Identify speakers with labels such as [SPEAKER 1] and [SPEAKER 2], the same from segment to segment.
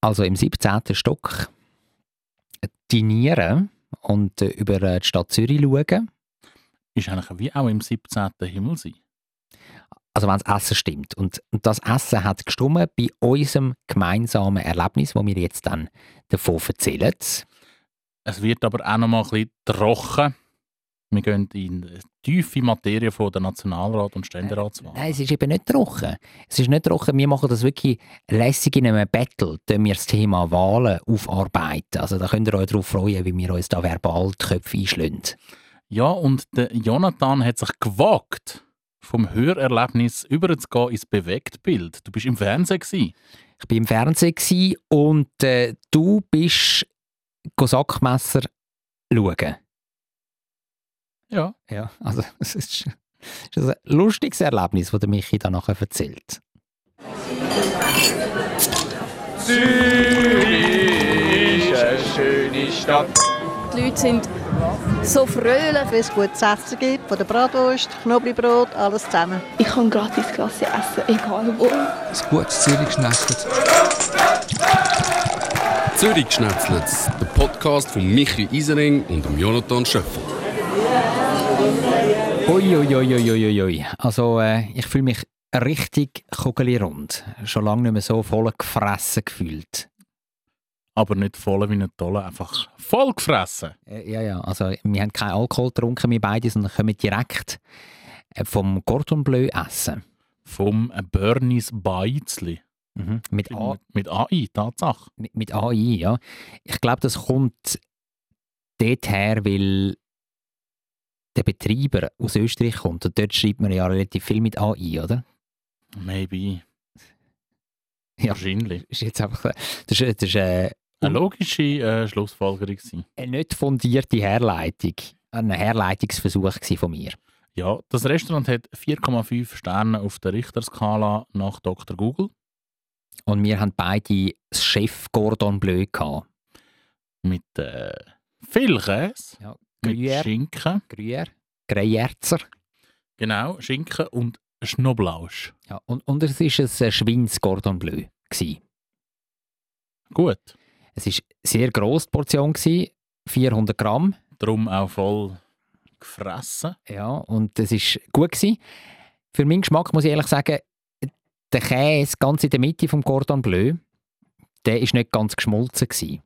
[SPEAKER 1] Also im 17. Stock dinieren und äh, über äh, die Stadt Zürich schauen.
[SPEAKER 2] Ist eigentlich wie auch im 17. Himmel sein.
[SPEAKER 1] Also wenn das Essen stimmt. Und, und das Essen hat gestimmt bei unserem gemeinsamen Erlebnis, wo wir jetzt dann davon erzählen.
[SPEAKER 2] Es wird aber auch noch mal ein bisschen trocken. Wir gehen in die tiefe Materie von der Nationalrat und Ständeratswahl.
[SPEAKER 1] Nein, es ist eben nicht trocken. Es ist nicht trocken. Wir machen das wirklich lässig in einem Battle, wenn wir das Thema Wahlen aufarbeiten. Also da könnt ihr euch darauf freuen, wie wir uns da verbal die Köpfe einschlagen.
[SPEAKER 2] Ja, und der Jonathan hat sich gewagt, vom Hörerlebnis überzugehen ins Bewegtbild. Du bist im Fernsehen. Gewesen.
[SPEAKER 1] Ich war im Fernsehen gsi und äh, du bist go Sackmesser schauen.
[SPEAKER 2] Ja.
[SPEAKER 1] Ja, also es ist, es ist ein lustiges Erlebnis, das der Michi dann nachher erzählt.
[SPEAKER 3] Zürich ist eine schöne Stadt.
[SPEAKER 4] Die Leute sind so fröhlich.
[SPEAKER 5] Wenn es gutes Essen gibt, von der Bratwurst, Knoblauchbrot, alles zusammen.
[SPEAKER 6] Ich kann gratis Klasse essen, egal wo.
[SPEAKER 7] Ein gutes Zürichschnetzlitz. Zürichschnetzlitz, der Podcast von Michi Isering und dem Jonathan Schöffel.
[SPEAKER 1] Uiuiuiuiuiui. Also äh, ich fühle mich richtig kugelrund. Schon lange nicht mehr so voll gefressen gefühlt.
[SPEAKER 2] Aber nicht voll wie ein Tolle, einfach voll gefressen.
[SPEAKER 1] Äh, ja, ja, also wir haben keinen Alkohol getrunken, wir beide, sondern kommen direkt äh, vom Cordon Bleu essen.
[SPEAKER 2] Vom Bernies Beizli.
[SPEAKER 1] Mhm. Mit, A,
[SPEAKER 2] Mit AI, Tatsache.
[SPEAKER 1] mit, mit AI, ja. Ich glaube, das kommt dort her, weil der Betreiber aus Österreich kommt und dort schreibt man ja relativ viel mit AI, oder?
[SPEAKER 2] Maybe.
[SPEAKER 1] Ja.
[SPEAKER 2] Wahrscheinlich.
[SPEAKER 1] Ist jetzt einfach, das ist, das ist äh,
[SPEAKER 2] Eine logische äh, Schlussfolgerung. Gewesen.
[SPEAKER 1] eine nicht fundierte Herleitung, ein Herleitungsversuch gsi von mir.
[SPEAKER 2] Ja, das Restaurant hat 4,5 Sterne auf der Richterskala nach Dr. Google.
[SPEAKER 1] Und wir haben beide das Chef Gordon Bleu gehabt.
[SPEAKER 2] Mit äh, viel Käse,
[SPEAKER 1] Ja,
[SPEAKER 2] mit
[SPEAKER 1] Gruyère,
[SPEAKER 2] Schinken.
[SPEAKER 1] Gruyère, Greyerzer.
[SPEAKER 2] Genau, Schinken und Schnoblausch.
[SPEAKER 1] Ja, und, und es ist ein äh, Schweins Gordon Bleu gsi.
[SPEAKER 2] Gut,
[SPEAKER 1] Es ist sehr gross die Portion gsi, 400 Gramm.
[SPEAKER 2] darum auch voll gefressen.
[SPEAKER 1] Ja, und es ist gut gsi. Für meinen Geschmack muss ich ehrlich sagen, der Käse ganz in der Mitte vom Cordon Bleu, der ist nicht ganz geschmolzen gsi.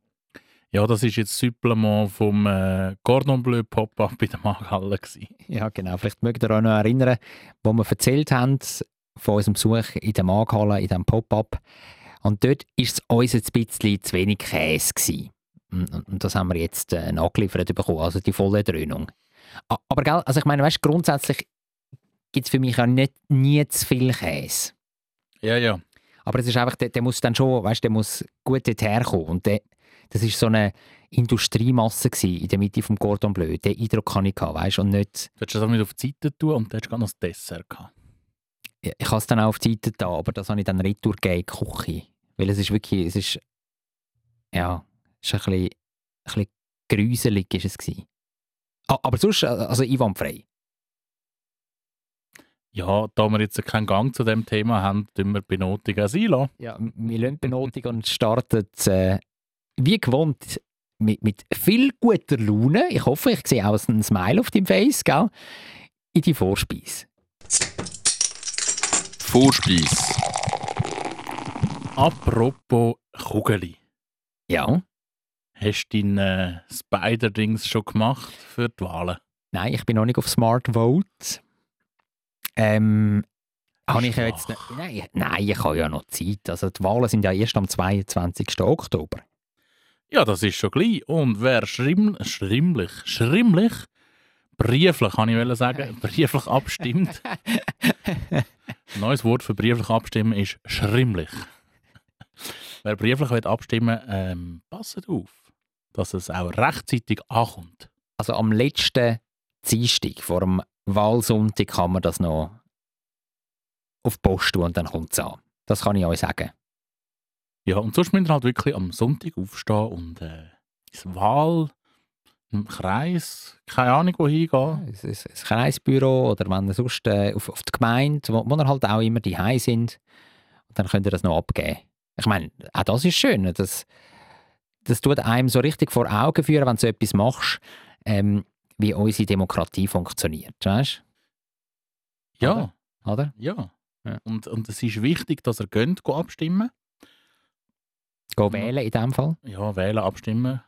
[SPEAKER 2] Ja, das ist jetzt Supplement vom äh, Cordon Bleu Pop-Up bei der Markthalle. gewesen.
[SPEAKER 1] Ja, genau. Vielleicht mögt ihr euch noch erinnern, wo wir erzählt haben von unserem Besuch in der Maghalle, in diesem Pop-Up. Und dort war es uns ein bisschen zu wenig Käse. Gewesen. Und und- und das haben wir jetzt äh, nachgeliefert bekommen, also die volle Dröhnung. A- Aber gell, also ich meine, weißt, grundsätzlich gibt es für mich auch nicht, nie zu viel Käse.
[SPEAKER 2] Ja, ja.
[SPEAKER 1] Aber es ist einfach, der, der muss dann schon, weißt, der muss gut dorthin kommen. Und der, das ist so eine Industriemasse gewesen, in der Mitte vom Cordon Bleu. Den Eindruck kann ich haben, weißt, und nicht...
[SPEAKER 2] Du hättest das auch mit auf die Seite tun und dann hast du gerade noch das Dessert gehabt.
[SPEAKER 1] Ja, ich habe es dann auch auf die Seite da, aber das habe ich dann retour gegeben in die Küche. Weil es ist wirklich, es ist, ja, es ist ein bisschen, ein bisschen gruselig ist es gewesen. Ah, aber sonst, äh, also einwandfrei.
[SPEAKER 2] Ja, da wir jetzt keinen Gang zu dem Thema haben, tun wir Benotigung sein lassen.
[SPEAKER 1] Ja, m- wir lassen Benotung und starten äh, wie gewohnt mit, mit viel guter Laune. Ich hoffe, ich sehe auch ein Smile auf deinem Face, gell? In die Vorspeise.
[SPEAKER 7] Vorspeis.
[SPEAKER 2] Apropos Kugeli.
[SPEAKER 1] Ja.
[SPEAKER 2] Hast du deinen äh, Spider-Dings schon gemacht für die Wahlen?
[SPEAKER 1] Nein, ich bin noch nicht auf Smart Vote. Ähm, habe ich ja jetzt
[SPEAKER 2] Schwach.
[SPEAKER 1] noch- nein, nein, ich habe ja noch Zeit. Also die Wahlen sind ja erst am 22. Oktober.
[SPEAKER 2] Ja, das ist schon gleich. Und wer schrimm, schrimmlich, schrimmlich, brieflich, kann ich wollen sagen, brieflich abstimmt. Neues Wort für brieflich abstimmen ist schrimmlich. Wer brieflich will abstimmen ähm, passet auf, dass es auch rechtzeitig ankommt.
[SPEAKER 1] Also am letzten Dienstag vor dem Wahlsonntag kann man das noch auf die Post tun und dann kommt es an. Das kann ich euch sagen.
[SPEAKER 2] Ja, und sonst müsst ihr halt wirklich am Sonntag aufstehen und äh, ins Wahl, im Kreis, keine Ahnung, wo hingehen.
[SPEAKER 1] Es ist ein Kreisbüro oder wenn ihr sonst äh, auf, auf die Gemeinde, wo, wo ihr halt auch immer die sind, und dann könnt ihr das noch abgeben. Ich meine, auch das ist schön. Das, das tut einem so richtig vor Augen führen, wenn du so etwas machst, ähm, wie unsere Demokratie funktioniert. Weißt
[SPEAKER 2] Ja,
[SPEAKER 1] du? Oder?
[SPEAKER 2] ja.
[SPEAKER 1] Ja.
[SPEAKER 2] Und, und es ist wichtig, dass er geht, geht abstimmen.
[SPEAKER 1] Go wählen in dem Fall.
[SPEAKER 2] Ja, wählen, abstimmen.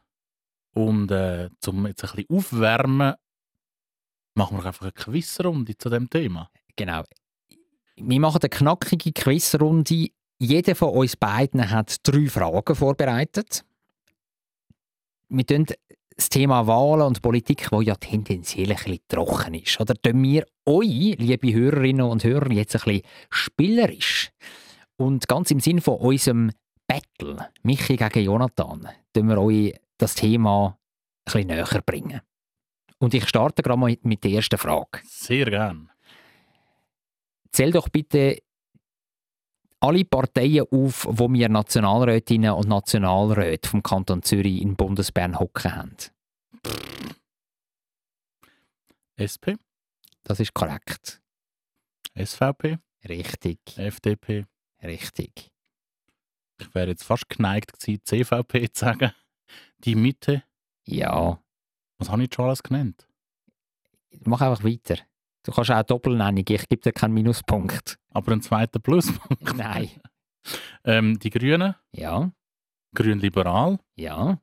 [SPEAKER 2] Und äh, zum jetzt ein bisschen aufwärmen, machen wir doch einfach eine Quizrunde zu dem Thema.
[SPEAKER 1] Genau. Wir machen eine knackige Quizrunde. Jeder von uns beiden hat drei Fragen vorbereitet. Wir tun das Thema Wahlen und Politik, wo ja tendenziell ein bisschen trocken ist, oder? Tun wir euch, liebe Hörerinnen und Hörer, jetzt ein bisschen spielerisch und ganz im Sinn von unserem Battle, Michi gegen Jonathan, tun wir euch das Thema ein bisschen näher bringen. Und ich starte gerade mal mit der ersten Frage
[SPEAKER 2] Sehr gern.
[SPEAKER 1] zähl doch bitte alle Parteien auf, wo wir Nationalrätinnen und Nationalräte vom Kanton Zürich in Bundesbern hocken haben.
[SPEAKER 2] SP,
[SPEAKER 1] Das ist korrekt.
[SPEAKER 2] SVP,
[SPEAKER 1] Richtig,
[SPEAKER 2] FDP.
[SPEAKER 1] richtig.
[SPEAKER 2] Ich wäre jetzt fast geneigt gewesen, CVP zu sagen. Die Mitte.
[SPEAKER 1] Ja,
[SPEAKER 2] Was habe ich schon alles genannt?
[SPEAKER 1] mach einfach weiter. Du kannst auch Doppelnennung, ich gebe dir keinen Minuspunkt.
[SPEAKER 2] Aber einen zweiten Pluspunkt.
[SPEAKER 1] Nein.
[SPEAKER 2] Ähm, die Grünen,
[SPEAKER 1] Ja,
[SPEAKER 2] Grün-Liberal,
[SPEAKER 1] ja,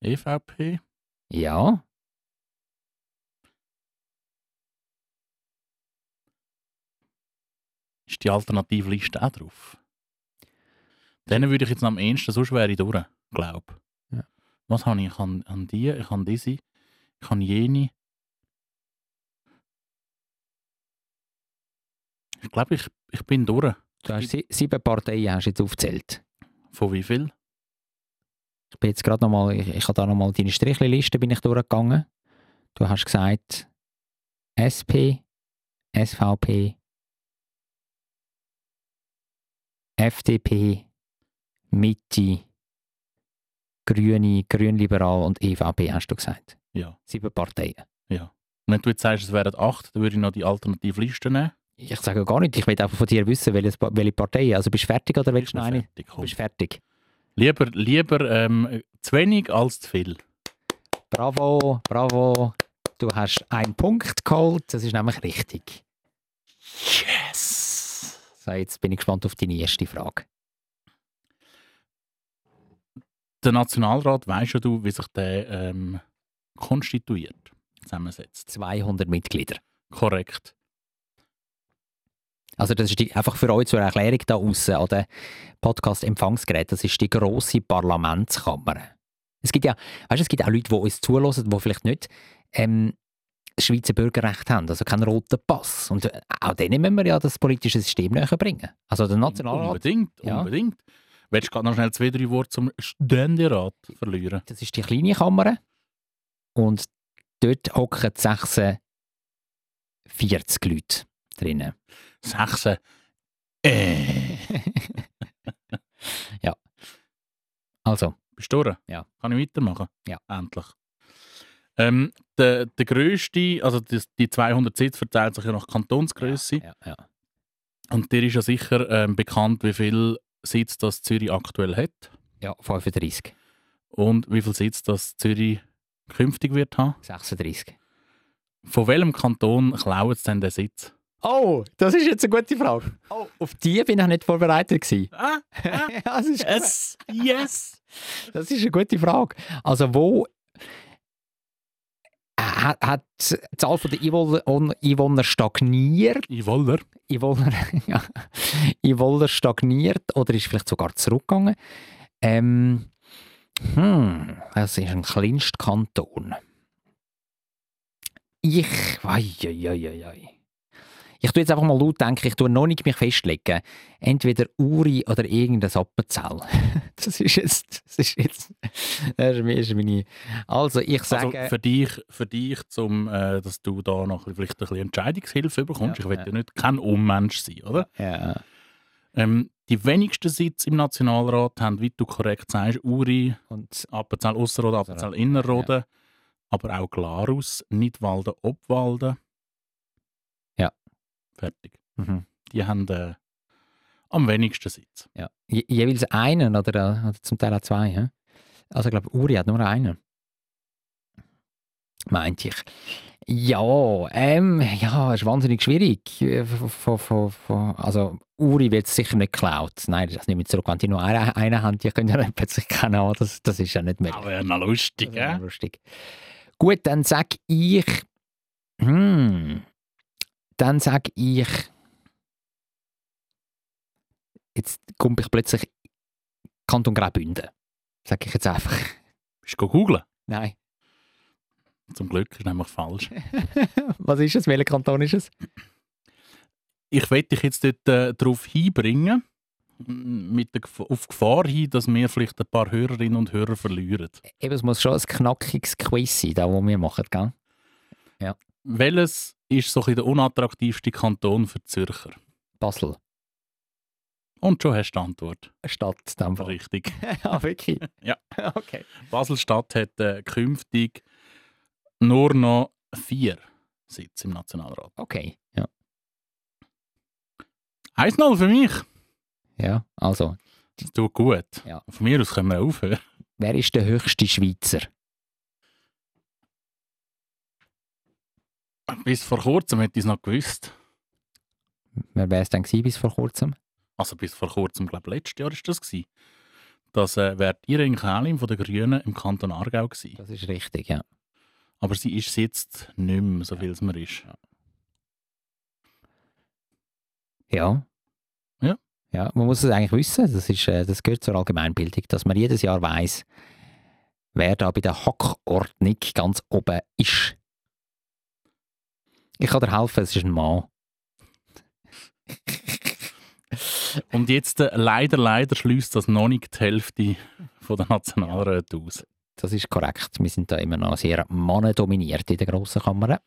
[SPEAKER 2] E EVP,
[SPEAKER 1] ja.
[SPEAKER 2] ist die Alternativliste auch drauf. Denen würde ich jetzt am ehesten, sonst wäre ich durch, glaube
[SPEAKER 1] Ja.
[SPEAKER 2] Was habe ich? Ich habe, habe die, ich habe diese, ich habe jene. Ich glaube, ich, ich bin durch.
[SPEAKER 1] Du hast sie- sieben Parteien hast du jetzt aufgezählt.
[SPEAKER 2] Von wie viel?
[SPEAKER 1] Ich bin jetzt gerade nochmal, ich, ich habe da nochmal deine Strichliste bin ich durchgegangen. Du hast gesagt SP, SVP, FDP, Mitte, Grüne, Grünliberal und EVP hast du gesagt.
[SPEAKER 2] Ja.
[SPEAKER 1] Sieben Parteien.
[SPEAKER 2] Und wenn du jetzt sagst, es wären acht, dann würde ich noch die Alternativliste nehmen.
[SPEAKER 1] Ich sage gar nicht, ich will einfach von dir wissen, welches, Pa- welche Partei. Also bist du fertig oder willst du noch eine?
[SPEAKER 2] Fertig,
[SPEAKER 1] Du
[SPEAKER 2] komm.
[SPEAKER 1] bist fertig.
[SPEAKER 2] Lieber, lieber ähm, zu wenig als zu viel.
[SPEAKER 1] Bravo, bravo. Du hast einen Punkt geholt, das ist nämlich richtig.
[SPEAKER 2] Yes!
[SPEAKER 1] So, jetzt bin ich gespannt auf deine erste Frage.
[SPEAKER 2] Der Nationalrat weißt ja du, wie sich der ähm, konstituiert, zusammensetzt.
[SPEAKER 1] 200 Mitglieder.
[SPEAKER 2] Korrekt.
[SPEAKER 1] Also das ist die, einfach für euch zur Erklärung da außen an den Podcast-Empfangsgerät. Das ist die große Parlamentskammer. Es gibt ja, weißt, du, es gibt auch Leute, die uns zulassen, die vielleicht nicht ähm, das Schweizer Bürgerrecht haben, also keinen roten Pass. Und äh, auch denen müssen wir ja das politische System näher bringen. Also der Nationalrat,
[SPEAKER 2] Unbedingt,
[SPEAKER 1] Ja.
[SPEAKER 2] unbedingt. Willst du gerade noch schnell zwei, drei Worte zum Ständerat verlieren?
[SPEAKER 1] das ist die kleine Kammer und dort hocken 46 Leute drinnen.
[SPEAKER 2] Sechse. Äh.
[SPEAKER 1] Also,
[SPEAKER 2] Bist du durch?
[SPEAKER 1] Ja.
[SPEAKER 2] Kann ich weitermachen?
[SPEAKER 1] Ja.
[SPEAKER 2] Endlich. Ähm, der, der grösste, also die, die 200 Sitze verteilt sich ja nach Kantonsgröße.
[SPEAKER 1] ja, ja.
[SPEAKER 2] Und dir ist ja sicher ähm, bekannt, wie viel Sitz das Zürich aktuell hat
[SPEAKER 1] Ja, 35,
[SPEAKER 2] und wie viel Sitz das Zürich künftig wird haben.
[SPEAKER 1] 36.
[SPEAKER 2] Von welchem Kanton klauen sie denn den Sitz?
[SPEAKER 1] Oh, das ist jetzt eine gute Frage. Oh, auf die bin ich nicht vorbereitet gewesen.
[SPEAKER 2] Ah,
[SPEAKER 1] das, ist,
[SPEAKER 2] yes, yes.
[SPEAKER 1] das ist eine gute Frage. Also wo äh, hat, hat die Zahl der Einwohner, Einwohner stagniert?
[SPEAKER 2] Ich wolle.
[SPEAKER 1] Einwohner, ja, Einwohner stagniert oder ist vielleicht sogar zurückgegangen? Ähm, hm, das ist ein Kleinstkanton. Ich, wei, ei, ei, ei, ei. Ich tue jetzt einfach mal laut denken, ich tue noch nicht mich festlegen. Entweder Uri oder irgendein Appenzell. Das ist jetzt, das ist jetzt, das ist meine- ist meine, also ich
[SPEAKER 2] Also
[SPEAKER 1] sage,
[SPEAKER 2] für dich, für dich zum, äh, dass du da noch ein bisschen- vielleicht ein bisschen Entscheidungshilfe bekommst.
[SPEAKER 1] Ja,
[SPEAKER 2] ich will
[SPEAKER 1] ja.
[SPEAKER 2] ja nicht kein Unmensch sein, oder?
[SPEAKER 1] ja,
[SPEAKER 2] Ähm, die wenigsten Sitze im Nationalrat haben, wie du korrekt sagst, Uri,
[SPEAKER 1] und
[SPEAKER 2] Appenzell Ausserrhoden, Appenzell Innerrhoden, aber auch Glarus, Nidwalden, Obwalden.
[SPEAKER 1] Ja.
[SPEAKER 2] Fertig.
[SPEAKER 1] Mhm.
[SPEAKER 2] Die haben äh, am wenigsten Sitz.
[SPEAKER 1] Ja. Je jeweils einen oder, äh, oder zum Teil auch zwei. hä? Also ich glaube, Uri hat nur einen. Meint ich. Ja, ähm, ja, ist wahnsinnig schwierig. Äh, von- von- von- Also Uri wird sicher nicht geklaut. Nein, das nimmt zurück. Wenn die nur einen, einen haben, die können ja dann plötzlich keine haben. Das, das ist ja nicht möglich.
[SPEAKER 2] Aber ja, noch lustig,
[SPEAKER 1] Das ist ja
[SPEAKER 2] gell?
[SPEAKER 1] Also, lustig. Gut, dann sag ich. Hm, dann sag ich. Jetzt komme ich plötzlich Kanton Graubünden. Sag ich jetzt einfach.
[SPEAKER 2] Bist du googeln?
[SPEAKER 1] Nein.
[SPEAKER 2] Zum Glück ist nämlich falsch.
[SPEAKER 1] Was ist es? Welcher Kanton ist es?
[SPEAKER 2] Ich werde dich jetzt dort äh, darauf hinbringen, m- mit der Gef auf Gefahr hin, dass wir vielleicht ein paar Hörerinnen und Hörer verlieren.
[SPEAKER 1] Eben, es muss schon ein knackiges Quiz sein, das was wir machen, gell?
[SPEAKER 2] Welches ist so ein bisschen der unattraktivste Kanton für die Zürcher?
[SPEAKER 1] Basel.
[SPEAKER 2] Und schon hast du die Antwort.
[SPEAKER 1] Stadt, in dem Fall.
[SPEAKER 2] Richtig.
[SPEAKER 1] Ah, wirklich?
[SPEAKER 2] Ja.
[SPEAKER 1] Okay.
[SPEAKER 2] Basel-Stadt hat äh, künftig nur noch vier Sitze im Nationalrat.
[SPEAKER 1] Okay. Ja.
[SPEAKER 2] 1-0 für mich.
[SPEAKER 1] ja, also.
[SPEAKER 2] Das tut gut.
[SPEAKER 1] Ja.
[SPEAKER 2] Von mir aus können wir aufhören.
[SPEAKER 1] Wer ist der höchste Schweizer?
[SPEAKER 2] Bis vor kurzem hätte ich es noch gewusst.
[SPEAKER 1] Wer wäre es denn gewesen bis vor kurzem?
[SPEAKER 2] Also bis vor kurzem, glaube ich, letztes Jahr war das. Gewesen. Das äh, wäre Irene Kählin von den Grünen im Kanton Aargau gewesen.
[SPEAKER 1] Das ist richtig, ja.
[SPEAKER 2] Aber sie ist jetzt nicht mehr, so viel es mir ist.
[SPEAKER 1] Ja.
[SPEAKER 2] Ja.
[SPEAKER 1] Ja, man muss es eigentlich wissen. Das, ist, äh, das gehört zur Allgemeinbildung, dass man jedes Jahr weiß, wer da bei der Hackordnung ganz oben ist. Ich kann dir helfen, es ist ein Mann.
[SPEAKER 2] Und jetzt äh, leider, leider schließt das noch nicht die Hälfte von der Nationalräte aus.
[SPEAKER 1] Das ist korrekt. Wir sind da immer noch sehr mannendominiert in der grossen Kammer.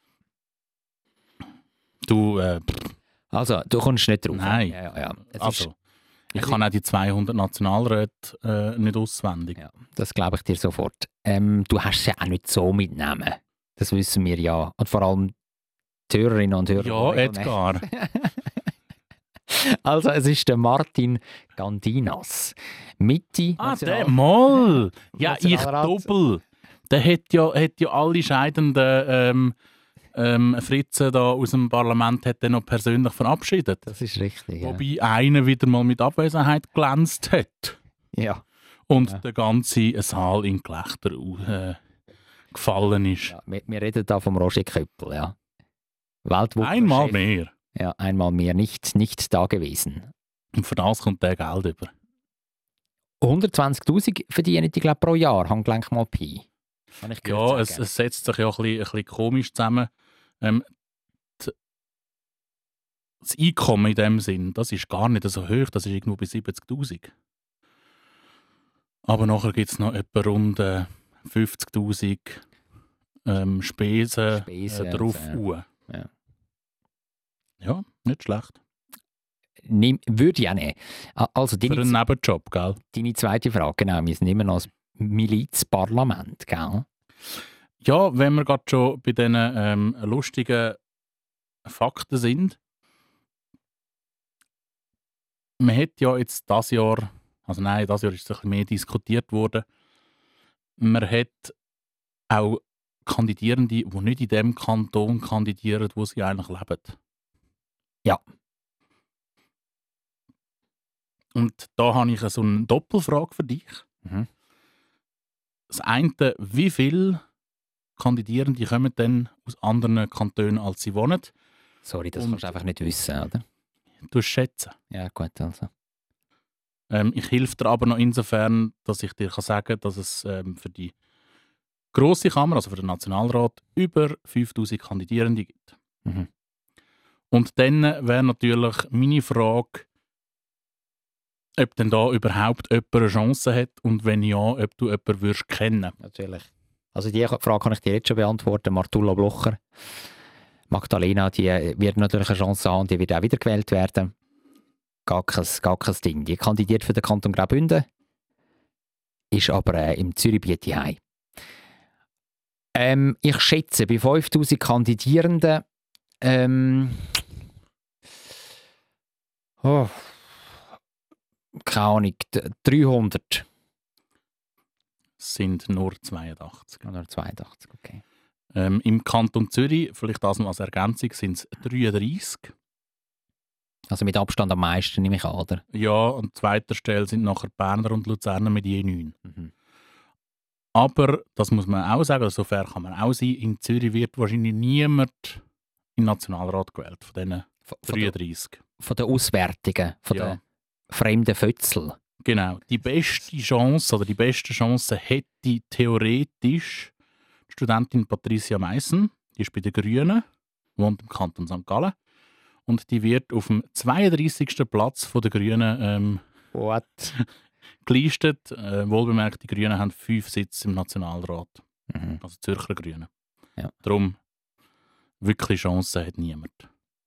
[SPEAKER 2] Du, äh, pff,
[SPEAKER 1] Also, du kommst nicht drauf.
[SPEAKER 2] Nein.
[SPEAKER 1] Ja, ja, ja. Es ist-
[SPEAKER 2] also, ich
[SPEAKER 1] es
[SPEAKER 2] kann auch die 200 Nationalräte äh, nicht auswendig.
[SPEAKER 1] Ja, das glaube ich dir sofort. Ähm, du hast sie auch nicht so mitnehmen. Das wissen wir ja. Und vor allem die Hörerinnen und Hörer.
[SPEAKER 2] Ja,
[SPEAKER 1] die regelmäßig-
[SPEAKER 2] Edgar.
[SPEAKER 1] Also, es ist der Martin Gandinas. Mitte. also,
[SPEAKER 2] Ah,
[SPEAKER 1] National-
[SPEAKER 2] der Moll! Ja, ich
[SPEAKER 1] Nationalrat.
[SPEAKER 2] doppel. Der hat ja, hat ja alle scheidenden ähm, ähm, Fritzen da aus dem Parlament hat er noch persönlich verabschiedet.
[SPEAKER 1] Das ist richtig. Ja.
[SPEAKER 2] Wobei einer wieder mal mit Abwesenheit glänzt hat
[SPEAKER 1] Ja.
[SPEAKER 2] und
[SPEAKER 1] Ja.
[SPEAKER 2] der ganze Saal in Gelächter äh, gefallen ist.
[SPEAKER 1] Ja, wir, wir reden da vom Roger Köppel, ja. Weltwunder.
[SPEAKER 2] Einmal mehr.
[SPEAKER 1] Ja, einmal mehr. Nicht, nicht da gewesen.
[SPEAKER 2] Und für das kommt der Geld über.
[SPEAKER 1] 120.000 verdienen die, glaube pro Jahr. Handgelenk mal Pi. Kann ich gehört
[SPEAKER 2] Ja, es,
[SPEAKER 1] sagen.
[SPEAKER 2] es setzt sich ja ein bisschen, ein bisschen komisch zusammen. Ähm, d- das Einkommen in dem Sinn, das ist gar nicht so hoch, das ist irgendwo bei 70'000. Aber nachher gibt es noch etwa rund äh, 50'000 ähm, Spesen,
[SPEAKER 1] Spesen,
[SPEAKER 2] äh, drauf.
[SPEAKER 1] ja.
[SPEAKER 2] uhr.
[SPEAKER 1] Ja.
[SPEAKER 2] ja, nicht schlecht.
[SPEAKER 1] Nimm, würde ich auch nehmen. A- Also,
[SPEAKER 2] Für
[SPEAKER 1] deine,
[SPEAKER 2] einen Nebenjob, gell?
[SPEAKER 1] deine zweite Frage, genau. Wir sind immer noch als Milizparlament, gell?
[SPEAKER 2] Ja, wenn wir gerade schon bei diesen ähm, lustigen Fakten sind. Man hat ja jetzt das Jahr, also nein, das Jahr ist es ein bisschen mehr diskutiert worden. Man hat auch Kandidierende, die nicht in dem Kanton kandidieren, wo sie eigentlich leben.
[SPEAKER 1] Ja.
[SPEAKER 2] Und da habe ich so eine Doppelfrage für dich.
[SPEAKER 1] Mhm.
[SPEAKER 2] Das eine, wie viel Kandidierende kommen denn aus anderen Kantonen, als sie wohnen?
[SPEAKER 1] Sorry, das
[SPEAKER 2] Und-
[SPEAKER 1] kannst du einfach nicht wissen, oder?
[SPEAKER 2] Du schätzen.
[SPEAKER 1] Ja, gut, also.
[SPEAKER 2] Ähm, ich helfe dir aber noch insofern, dass ich dir kann sagen kann, dass es ähm, für die große Kammer, also für den Nationalrat, über 5000 Kandidierende gibt.
[SPEAKER 1] Mhm.
[SPEAKER 2] Und dann wäre natürlich meine Frage, ob denn da überhaupt jemand eine Chance hat und wenn ja, ob du jemanden würdest kennen.
[SPEAKER 1] Natürlich. Also die Frage kann ich dir jetzt schon beantworten. Martula Blocher, Magdalena, die wird natürlich eine Chance haben, die wird auch wiedergewählt werden. Gar kein, gar kein Ding. Die kandidiert für den Kanton Graubünden, ist aber äh, im Zürichbiet hei. Ähm, ich schätze, bei 5000 Kandidierenden ähm, Oh, keine Ahnung, d- 300
[SPEAKER 2] Es sind nur 82.
[SPEAKER 1] oder 82, okay.
[SPEAKER 2] Ähm, Im Kanton Zürich, vielleicht das noch als Ergänzung, sind es 33.
[SPEAKER 1] Also mit Abstand am meisten nehme ich an, oder?
[SPEAKER 2] Ja, an zweiter Stelle sind nachher Berner und Luzerner mit je 9.
[SPEAKER 1] Mhm.
[SPEAKER 2] Aber, das muss man auch sagen, so fair kann man auch sein, in Zürich wird wahrscheinlich niemand im Nationalrat gewählt, von diesen
[SPEAKER 1] Von, von, der,
[SPEAKER 2] 33.
[SPEAKER 1] von der Auswärtigen, von
[SPEAKER 2] Ja.
[SPEAKER 1] der fremden Fötzel.
[SPEAKER 2] Genau. Die beste Chance oder die beste Chance hätte theoretisch die Studentin Patricia Meissen. Die ist bei den Grünen, wohnt im Kanton St. Gallen. Und die wird auf dem 32. Platz von den Grünen ähm,
[SPEAKER 1] What?
[SPEAKER 2] gelistet. Äh, wohlbemerkt, die Grünen haben fünf Sitze im Nationalrat.
[SPEAKER 1] Mhm.
[SPEAKER 2] Also Zürcher Grüne.
[SPEAKER 1] Ja.
[SPEAKER 2] Darum wirklich Chancen hat niemand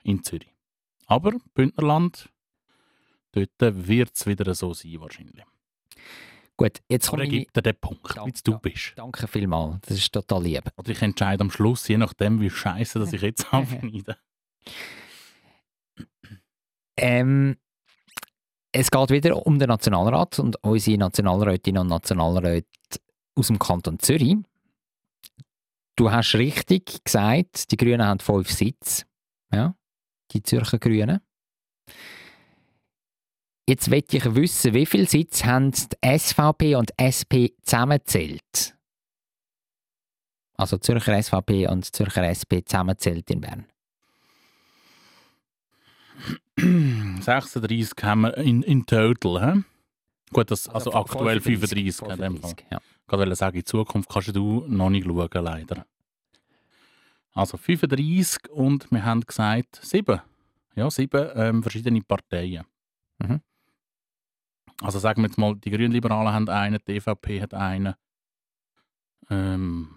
[SPEAKER 2] in Zürich. Aber Bündnerland, dort wird es wieder so sein wahrscheinlich.
[SPEAKER 1] Gut, jetzt
[SPEAKER 2] Aber
[SPEAKER 1] komme
[SPEAKER 2] er
[SPEAKER 1] ich...
[SPEAKER 2] gibt dir den Punkt,
[SPEAKER 1] Ja,
[SPEAKER 2] wie du
[SPEAKER 1] ja.
[SPEAKER 2] bist.
[SPEAKER 1] Danke vielmals, das ist total lieb.
[SPEAKER 2] Oder ich entscheide am Schluss, je nachdem, wie scheiße dass ich jetzt abschneide.
[SPEAKER 1] Ähm, es geht wieder um den Nationalrat und unsere Nationalrätinnen und Nationalräte aus dem Kanton Zürich. Du hast richtig gesagt, die Grünen haben fünf Sitze. Ja, die Zürcher Grünen. Jetzt möchte ich wissen, wie viele Sitze haben die SVP und SP zusammenzählt? Also Zürcher SVP und Zürcher SP zusammenzählt in Bern.
[SPEAKER 2] 36 haben wir in, in total. He? Gut, das, also, aktuell 35, in dem Fall.
[SPEAKER 1] 35 ja.
[SPEAKER 2] Ich wollte sagen, in Zukunft kannst du noch nicht schauen, leider. Also 35 und wir haben gesagt, sieben. Ja, sieben ähm, verschiedene Parteien.
[SPEAKER 1] Mhm.
[SPEAKER 2] Also sagen wir jetzt mal, die Grünliberalen haben einen, die EVP hat einen. Ähm,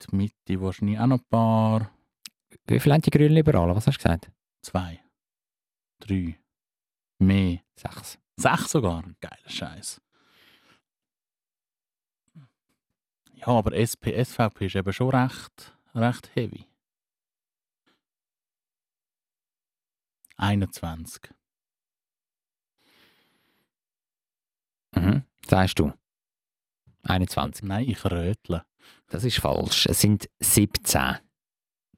[SPEAKER 2] die Mitte wahrscheinlich auch noch ein paar.
[SPEAKER 1] Wie viele haben die Grünen Liberalen? Was hast du gesagt?
[SPEAKER 2] Zwei, drei, mehr.
[SPEAKER 1] Sechs.
[SPEAKER 2] Sechs sogar. Geiler Scheiß. Ja, aber SP, SVP ist eben schon recht, recht heavy. 21.
[SPEAKER 1] Mhm. Sagst du? 21.
[SPEAKER 2] Nein, ich rötle.
[SPEAKER 1] Das ist falsch. Es sind 17.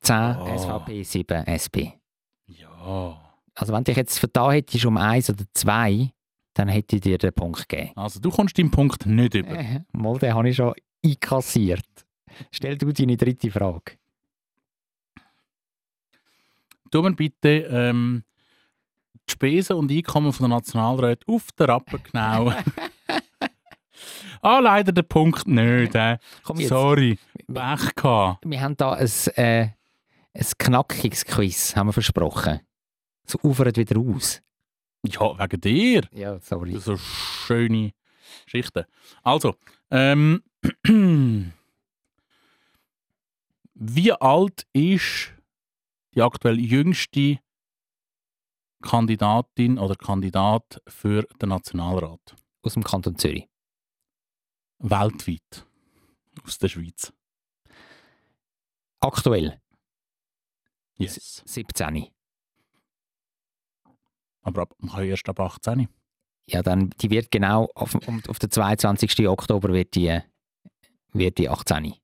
[SPEAKER 1] 10
[SPEAKER 2] Oh.
[SPEAKER 1] SVP, 7 SP.
[SPEAKER 2] Ja.
[SPEAKER 1] Also wenn dich jetzt vertan hättest um 1 oder 2, dann hätte ich dir den Punkt gegeben.
[SPEAKER 2] Also, du kommst deinen Punkt nicht über.
[SPEAKER 1] Äh, Mal, den habe ich schon einkassiert. Stell du deine dritte Frage.
[SPEAKER 2] Tu mir bitte ähm, die Spesen und Einkommen von der Nationalräte auf den Rappen genau. ah, leider den Punkt nicht. Äh.
[SPEAKER 1] Komm jetzt.
[SPEAKER 2] Sorry,
[SPEAKER 1] Wir,
[SPEAKER 2] Pech gehabt.
[SPEAKER 1] wir haben da ein, äh, ein knackiges Quiz, haben wir versprochen. Es ufert wieder aus.
[SPEAKER 2] Ja, wegen dir.
[SPEAKER 1] Ja, sorry.
[SPEAKER 2] So schöne Schichten. Also, ähm, wie alt ist die aktuell jüngste Kandidatin oder Kandidat für den Nationalrat?
[SPEAKER 1] Aus dem Kanton Zürich.
[SPEAKER 2] Weltweit. Aus der Schweiz.
[SPEAKER 1] Aktuell
[SPEAKER 2] Yes.
[SPEAKER 1] 17.
[SPEAKER 2] Aber ab, man kann erst ab 18.
[SPEAKER 1] Ja, dann, die wird genau auf, um, auf den 22. Oktober wird die, wird die 18.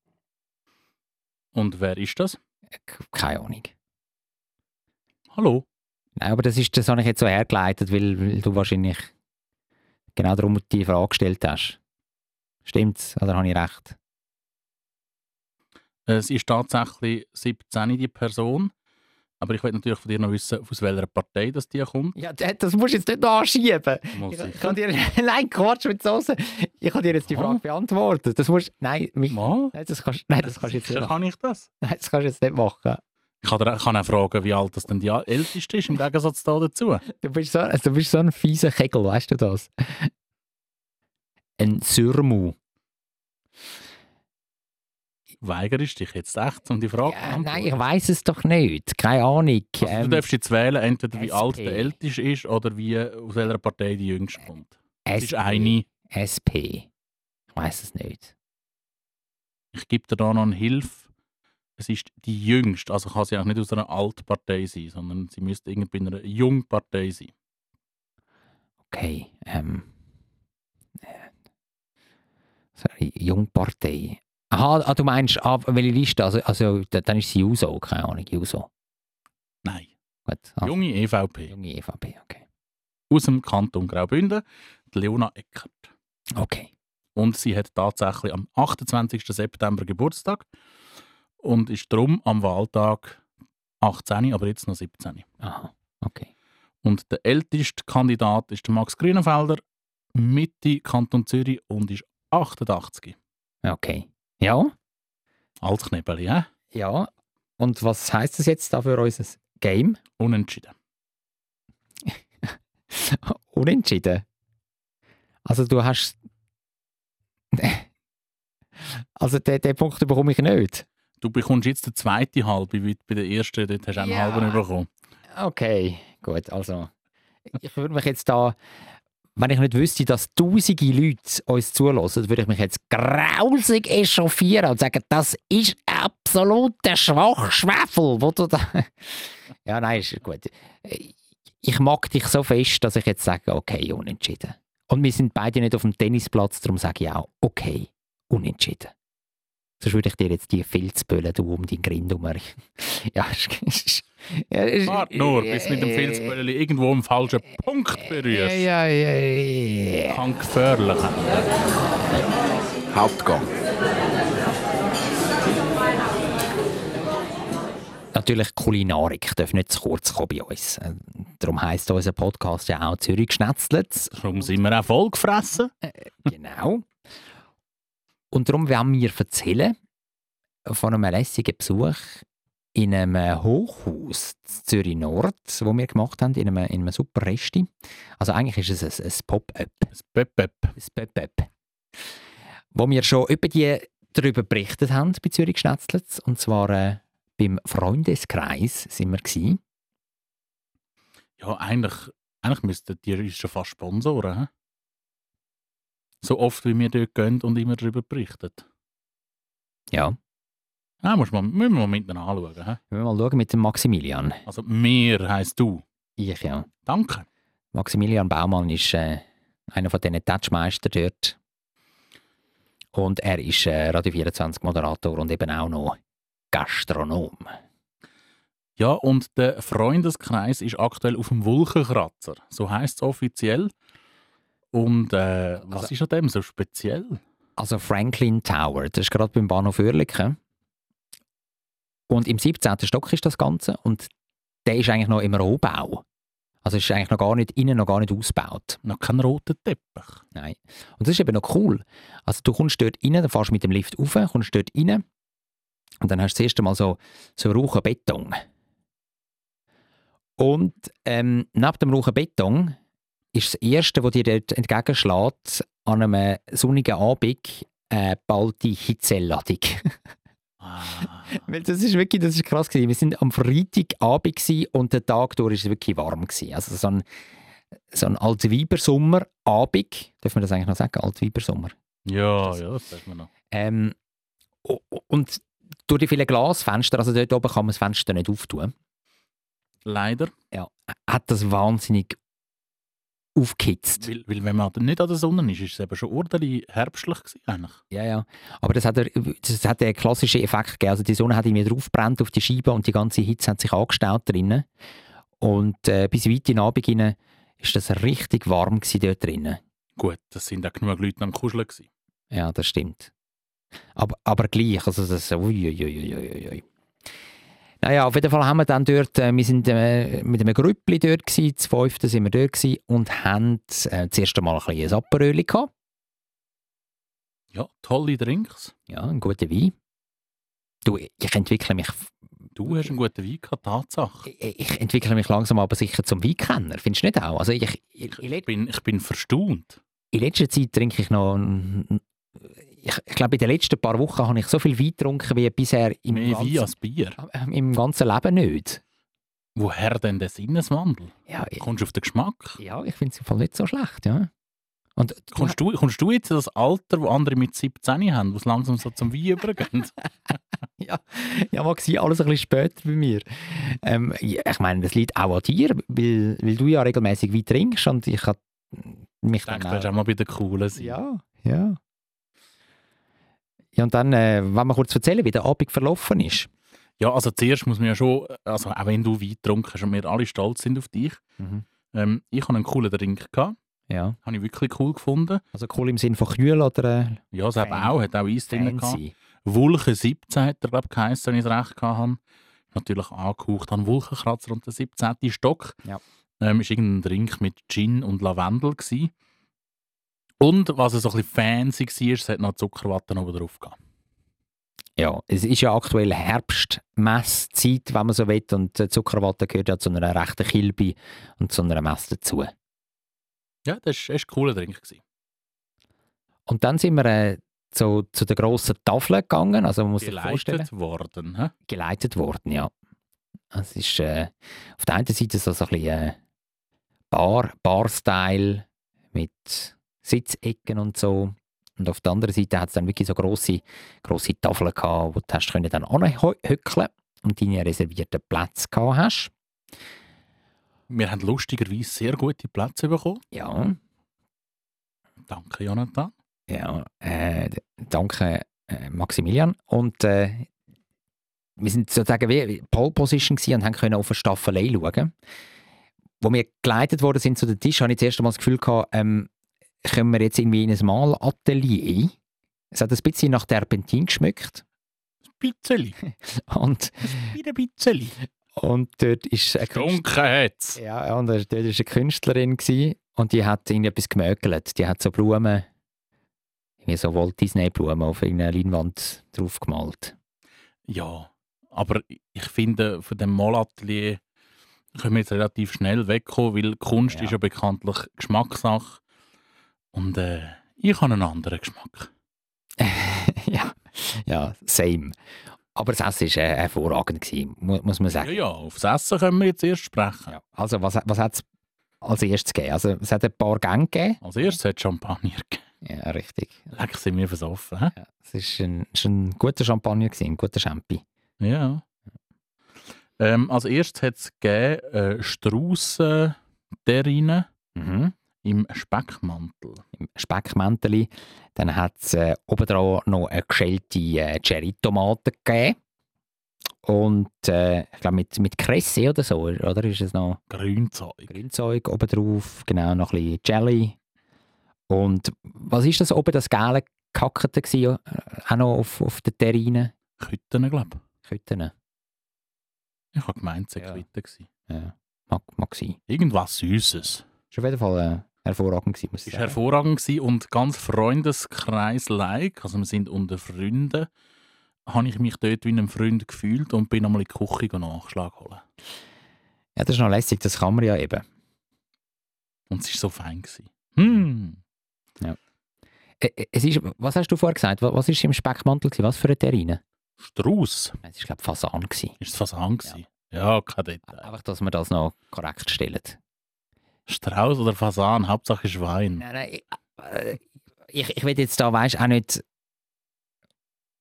[SPEAKER 2] Und wer ist das?
[SPEAKER 1] K- Keine Ahnung.
[SPEAKER 2] Hallo.
[SPEAKER 1] Nein, aber das, ist, das habe ich jetzt so hergeleitet, weil, weil du wahrscheinlich genau darum die Frage gestellt hast. Stimmt's? Oder habe ich recht?
[SPEAKER 2] Es Äh, ist tatsächlich 17 die Person. Aber ich will natürlich von dir noch wissen, aus welcher Partei das die kommt.
[SPEAKER 1] Ja, das musst du jetzt nicht anschieben.
[SPEAKER 2] Mal sicher.
[SPEAKER 1] dir, nein, Quatsch mit Soße. Ich habe dir jetzt
[SPEAKER 2] die Frage
[SPEAKER 1] beantwortet. Das musst, nein,
[SPEAKER 2] Mal?
[SPEAKER 1] nein, das kannst, nein,
[SPEAKER 2] Sicher kann ich das.
[SPEAKER 1] das kannst du jetzt nicht machen.
[SPEAKER 2] Ich kann, dir- ich kann auch fragen, wie alt das denn die älteste ist, im Gegensatz da dazu.
[SPEAKER 1] Du bist so, also du bist so ein fieser Kegel, weißt du das? Ein Sürmu.
[SPEAKER 2] Weigerst dich jetzt echt um die Frage zu
[SPEAKER 1] Ja, nein, ich
[SPEAKER 2] beantworten?
[SPEAKER 1] weiß es doch nicht. Keine Ahnung.
[SPEAKER 2] also,
[SPEAKER 1] Ähm,
[SPEAKER 2] Du darfst jetzt wählen, entweder wie
[SPEAKER 1] SP.
[SPEAKER 2] alt der älteste ist oder wie aus welcher Partei die jüngste kommt. Es ist
[SPEAKER 1] SP.
[SPEAKER 2] eine.
[SPEAKER 1] SP. Ich weiß es nicht.
[SPEAKER 2] Ich gebe dir da noch eine Hilfe. es ist die jüngste, also kann sie auch nicht aus einer Altpartei sein, sondern sie müsste irgendwie in einer Jungpartei sein.
[SPEAKER 1] Okay. Ähm. äh, Sorry, Jungpartei. Aha, ah, du meinst, ah, welche Liste? Also, also da- dann ist sie Juso, keine Ahnung, Juso.
[SPEAKER 2] Nein.
[SPEAKER 1] Gut. ah,
[SPEAKER 2] Junge EVP.
[SPEAKER 1] Junge EVP, okay.
[SPEAKER 2] Aus dem Kanton Graubünden, die Leona Eckert.
[SPEAKER 1] Okay.
[SPEAKER 2] Und sie hat tatsächlich am 28. September Geburtstag und ist drum am Wahltag 18, aber jetzt noch 17.
[SPEAKER 1] Aha, okay.
[SPEAKER 2] Und der älteste Kandidat ist der Max Grünenfelder, Mitte Kanton Zürich und ist 88.
[SPEAKER 1] Okay. Ja,
[SPEAKER 2] Als Knebeli, hä?
[SPEAKER 1] ja. Und was heißt das jetzt da für unser Game?
[SPEAKER 2] Unentschieden.
[SPEAKER 1] Unentschieden. Also du hast. Also den, den Punkt bekomme ich nicht.
[SPEAKER 2] Du bekommst jetzt den zweiten halbe, weil bei der ersten dort hast du einen
[SPEAKER 1] Ja.
[SPEAKER 2] halben bekommen.
[SPEAKER 1] Okay, gut. Also ich würde mich jetzt da, wenn ich nicht wüsste, dass tausende Leute uns zulassen, würde ich mich jetzt grausig echauffieren und sagen, das ist absolut der Schwachschwefel, wo du da. Ja, nein, ist gut. Ich mag dich so fest, dass ich jetzt sage, okay, unentschieden. Und wir sind beide nicht auf dem Tennisplatz, darum sage ich auch, okay, unentschieden. Sonst würde ich dir jetzt die Filzbölle, du um deinen Grind herum. Ja, ist, ist, ja, ist, Äh,
[SPEAKER 2] Wart nur, bis mit dem Filzböllchen irgendwo am falschen Punkt berührst.
[SPEAKER 1] Ja, ja, ja, ja.
[SPEAKER 2] Kann gefährlich sein.
[SPEAKER 7] Hauptgang.
[SPEAKER 1] Natürlich, Kulinarik darf nicht zu kurz kommen bei uns. Äh, Darum heisst unser Podcast ja auch Zürich Schnetzlitz.
[SPEAKER 2] Darum sind wir auch voll gefressen.
[SPEAKER 1] Genau. Und darum wollen wir erzählen von einem lässigen Besuch in einem äh, Hochhaus in Zürich Nord, wo wir gemacht haben, in einem, in einem super Resti. Also eigentlich ist es ein, ein Pop-up.
[SPEAKER 2] Das Pep-Pep.
[SPEAKER 1] das Pop-up, wo wir schon über die darüber berichtet haben bei Zürich Schnetzlitz. Und zwar äh, beim Freundeskreis sind wir gewesen.
[SPEAKER 2] Ja, eigentlich, eigentlich müssten die uns schon fast sponsoren. He? So oft, wie wir dort gehen und immer darüber berichten.
[SPEAKER 1] Ja.
[SPEAKER 2] Ah, muss man, müssen wir mal miteinander anschauen. He?
[SPEAKER 1] Wenn wir mal schauen mit dem Maximilian.
[SPEAKER 2] Also, mir heisst du.
[SPEAKER 1] Ich ja.
[SPEAKER 2] Danke.
[SPEAKER 1] Maximilian Baumann ist äh, einer von diesen Touchmeister dort. Und er ist äh, Radio 24 Moderator und eben auch noch Gastronom.
[SPEAKER 2] Ja, und der Freundeskreis ist aktuell auf dem Wolkenkratzer. So heisst es offiziell. Und äh, was
[SPEAKER 1] Also-
[SPEAKER 2] ist an dem so speziell?
[SPEAKER 1] Also Franklin Tower, das ist gerade beim Bahnhof Oerlikon. Und im 17. Stock ist das Ganze und der ist eigentlich noch im Rohbau. Also ist eigentlich noch gar nicht, innen noch gar nicht ausgebaut.
[SPEAKER 2] Noch kein roter Teppich.
[SPEAKER 1] Nein. Und das ist eben noch cool. Also du kommst dort rein, dann fährst du mit dem Lift rauf, kommst dort rein und dann hast du das erste Mal so, so rauchen Beton. Und ähm, neben dem rauchen Beton ist das Erste, was dir dort entgegenschlägt, an einem äh, sonnigen Abend äh, bald die Hitzeladung.
[SPEAKER 2] Ah,
[SPEAKER 1] Weil das ist wirklich, das ist krass gewesen. Wir sind am Freitagabend gewesen und der Tag durch ist es wirklich warm gewesen. Also so ein, so ein Altweibersommerabend, darf man das eigentlich noch sagen? Altweibersommer.
[SPEAKER 2] ja, ja, das sagen wir noch.
[SPEAKER 1] Ähm, o- o- und durch die vielen Glasfenster, also dort oben kann man das Fenster nicht auftun,
[SPEAKER 2] Leider,
[SPEAKER 1] hat das wahnsinnig aufgehitzt.
[SPEAKER 2] weil, weil wenn man nicht an der Sonne ist, ist es eben schon ordentlich herbstlich gewesen, eigentlich.
[SPEAKER 1] Ja, ja. Aber das hat, der- das hat den klassischen Effekt gegeben. Also die Sonne hat irgendwie draufgebrannt auf die Scheibe und die ganze Hitze hat sich angestaut drinnen. Und äh, bis weit in den Abend hinein ist das richtig warm gewesen dort drinnen.
[SPEAKER 2] Gut, das sind auch genug Leute am Kuscheln. Gewesen.
[SPEAKER 1] Ja, das stimmt. Aber, aber gleich, also das... Uiuiuiuiui. Naja, auf jeden Fall haben wir dann dort, äh, wir sind äh, mit einem Grüppli dort gewesen, zu fünften sind wir dort gewesen und haben äh, das erste Mal ein kleines Aperöli gehabt.
[SPEAKER 2] Ja, tolle Drinks.
[SPEAKER 1] Ja, einen guten Wein. Du, ich entwickle mich,
[SPEAKER 2] Du hast einen guten Wein gehabt, Tatsache.
[SPEAKER 1] ich, ich entwickle mich langsam aber sicher zum Weinkenner, findest du nicht auch? Also ich, ich,
[SPEAKER 2] Ich,
[SPEAKER 1] ich,
[SPEAKER 2] ich, bin, ich bin verstaunt.
[SPEAKER 1] In letzter Zeit trinke ich noch. mm, Ich, ich glaube, in den letzten paar Wochen habe ich so viel Wein getrunken wie bisher im,
[SPEAKER 2] Mehr Wein
[SPEAKER 1] ganzen,
[SPEAKER 2] als Bier.
[SPEAKER 1] äh, im ganzen Leben nicht.
[SPEAKER 2] Woher denn der Sinneswandel?
[SPEAKER 1] Ja, ich,
[SPEAKER 2] Kommst du auf den Geschmack?
[SPEAKER 1] ja, ich finde es im Fall nicht so schlecht. Ja. Und du-
[SPEAKER 2] Kommst du, kommst du jetzt in das Alter, wo andere mit 17 haben, wo es langsam so zum Wein übergeht?
[SPEAKER 1] ja, ja, mag sein, alles ein bisschen später bei mir. Ähm, ja, ich meine, das liegt auch an dir, weil, weil du ja regelmäßig Wein trinkst und ich habe mich
[SPEAKER 2] Ich denke, du
[SPEAKER 1] dann
[SPEAKER 2] hast auch mal bei den Coolen sein.
[SPEAKER 1] Ja, ja. Ja, und dann, äh, wenn wir kurz erzählen, wie der Abend verlaufen ist.
[SPEAKER 2] Ja, also zuerst muss man ja schon, also auch wenn du Wein getrunken hast und wir alle stolz sind auf dich,
[SPEAKER 1] Mhm.
[SPEAKER 2] ähm, ich habe einen coolen Drink gehabt,
[SPEAKER 1] Ja,
[SPEAKER 2] habe ich wirklich cool gefunden.
[SPEAKER 1] also cool im Sinn von kühl oder äh,
[SPEAKER 2] Ja, es hat
[SPEAKER 1] Fancy.
[SPEAKER 2] auch, hat auch Eis drin gehabt.
[SPEAKER 1] fancy.
[SPEAKER 2] Wulche 17 hat er, glaube ich, geheißen, wenn ich es recht gehabt habe. Natürlich angehaucht an Wulchenkratzer und der 17. Stock.
[SPEAKER 1] Ja.
[SPEAKER 2] Ähm, ist irgendein Drink mit Gin und Lavendel gewesen. Und was so ein bisschen fancy war, es hat noch Zuckerwatte oben drauf gehabt.
[SPEAKER 1] Ja, es ist ja aktuell Herbstmesszeit, wenn man so will, und äh, Zuckerwatte gehört ja zu einer rechten Kilbe und zu einer Messe dazu.
[SPEAKER 2] Ja, das war ein cooler Drink. Gewesen.
[SPEAKER 1] Und dann sind wir äh, zu, zu der grossen Tafel gegangen, also man muss sich vorstellen.
[SPEAKER 2] Geleitet worden. He?
[SPEAKER 1] geleitet worden, ja. Es ist äh, auf der einen Seite so, so ein bisschen äh, Bar, Bar-Style mit Sitzecken und so. Und auf der anderen Seite hat es dann wirklich so grosse, grosse Tafeln gehabt, wo du hast können dann anhöckeln und deine reservierten Plätze gehabt hast.
[SPEAKER 2] Wir haben lustigerweise sehr gute Plätze bekommen.
[SPEAKER 1] Ja,
[SPEAKER 2] Danke, Jonathan.
[SPEAKER 1] ja. Äh, d- danke, äh, Maximilian. Und äh, wir sind sozusagen wie wie Pole Position gewesen und haben können auf eine Staffelei schauen. Wo wir geleitet worden sind zu den Tisch, habe ich das erste Mal das Gefühl gehabt, ähm, kommen wir jetzt irgendwie in ein Malatelier. Es hat ein bisschen nach Terpentin geschmückt
[SPEAKER 2] Pizzeli.
[SPEAKER 1] und,
[SPEAKER 2] Wieder Pizzeli.
[SPEAKER 1] und dort ist eine Künstlerin,
[SPEAKER 2] Dunkel hat's.
[SPEAKER 1] ja, ja, und dort war eine Künstlerin gewesen, und die hat irgendetwas gemökelt. Die hat so Blumen, irgendwie so Walt Disney Blumen auf irgendeiner Leinwand drauf gemalt.
[SPEAKER 2] Ja, aber ich finde, von dem Molatelier können wir jetzt relativ schnell wegkommen, weil Kunst
[SPEAKER 1] Ja.
[SPEAKER 2] ist ja bekanntlich Geschmackssache. Und äh, ich habe einen anderen Geschmack.
[SPEAKER 1] ja, ja, same. Aber das Essen war äh, hervorragend, gewesen, mu muss man
[SPEAKER 2] Ja,
[SPEAKER 1] sagen.
[SPEAKER 2] ja, aufs Essen können wir jetzt erst sprechen.
[SPEAKER 1] Ja. Also, was, was hat es als erstes gegeben? Also, es hat ein paar Gänge gegeben.
[SPEAKER 2] Als erstes Also hat es Champagner gegeben.
[SPEAKER 1] Ja, richtig.
[SPEAKER 2] Leck, sind wir versoffen. hä?
[SPEAKER 1] Es war ein, es ist ein guter Champagner, gewesen, ein guter Champi.
[SPEAKER 2] Ja. Ähm, als erstes hat es gegeben äh, Straussen Terrine
[SPEAKER 1] Mhm.
[SPEAKER 2] im Speckmantel.
[SPEAKER 1] Im Speckmänteli. Dann hat es äh, obendrauf noch eine geschälte äh, Cherry-Tomate gegeben. Und äh, ich glaube, mit, mit Kresse oder so, oder? Ist es noch?
[SPEAKER 2] Grünzeug.
[SPEAKER 1] Grünzeug oben drauf, genau, noch ein bisschen Jelly. Und was ist das oben, das gelbe Gehackete gsi, ja? Äh, auch noch auf, auf den Terrinen?
[SPEAKER 2] Kütten, glaube
[SPEAKER 1] Kütten,
[SPEAKER 2] ich. Ich habe gemeint, es sei
[SPEAKER 1] Ja.
[SPEAKER 2] Kütten gewesen.
[SPEAKER 1] ja, mag, mag sein.
[SPEAKER 2] Irgendwas Süßes.
[SPEAKER 1] Ist auf jeden Fall äh, hervorragend gewesen, muss ich
[SPEAKER 2] Ist
[SPEAKER 1] sagen.
[SPEAKER 2] hervorragend gewesen und ganz freundeskreis-like, also wir sind unter Freunden, habe ich mich dort wie einem Freund gefühlt und bin einmal in die Küche einen Nachschlag holen.
[SPEAKER 1] ja, das ist noch lässig, das kann man ja eben.
[SPEAKER 2] Und es war so fein. Gewesen. Hm.
[SPEAKER 1] Äh, äh, es ist, was hast du vorher gesagt? Wa- Was ist im Speckmantel gewesen? Was für ein Terrine?
[SPEAKER 2] Strauss
[SPEAKER 1] Nein, Es war, glaube Also, ich, Fasan. Gewesen.
[SPEAKER 2] ist das Fasan. gewesen. Ja, kein Detail.
[SPEAKER 1] Einfach, dass wir das noch korrekt stellen.
[SPEAKER 2] Strauss oder Fasan, Hauptsache ist Wein.
[SPEAKER 1] Nein, nein, ich, äh, ich, ich will jetzt da, weißt auch nicht.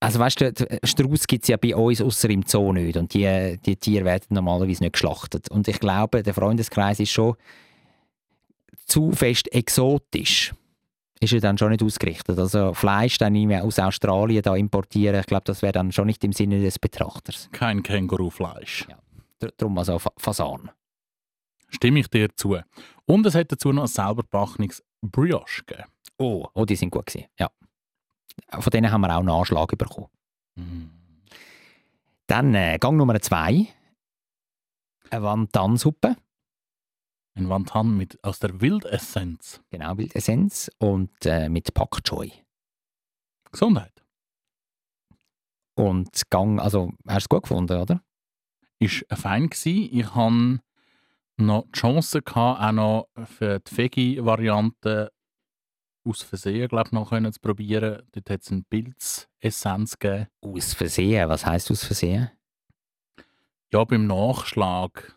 [SPEAKER 1] Also, weißt du, die- die Strauss gibt es ja bei uns außer im Zoo nicht. Und die, die Tiere werden normalerweise nicht geschlachtet. Und ich glaube, der Freundeskreis ist schon zu fest exotisch. Ist ja dann schon nicht ausgerichtet. Also, Fleisch dann irgendwie aus Australien da importieren, ich glaube, das wäre dann schon nicht im Sinne des Betrachters.
[SPEAKER 2] Kein Kängurufleisch.
[SPEAKER 1] Dr- Drum also Fa- Fasan.
[SPEAKER 2] Stimme ich dir zu. Und es hat dazu noch ein selber gebackenes Brioche gegeben.
[SPEAKER 1] Oh. Oh, die sind gut gewesen. Ja. Von denen haben wir auch einen Anschlag bekommen.
[SPEAKER 2] Hm.
[SPEAKER 1] Dann äh, Gang Nummer zwei. Eine Wantansuppe,
[SPEAKER 2] Ein Wantan mit, aus der Wildessenz.
[SPEAKER 1] genau, Wildessenz und äh, mit Pak Choi.
[SPEAKER 2] Gesundheit.
[SPEAKER 1] Und Gang, also hast du es gut gefunden, oder?
[SPEAKER 2] ist fein gsi. Ich han noch die Chance gehabt, auch noch für die veggie Variante aus Versehen glaub, noch können zu probieren. Dort hat es eine Pilzessenz gegeben.
[SPEAKER 1] Aus Versehen, was heisst aus Versehen?
[SPEAKER 2] Ja, beim Nachschlag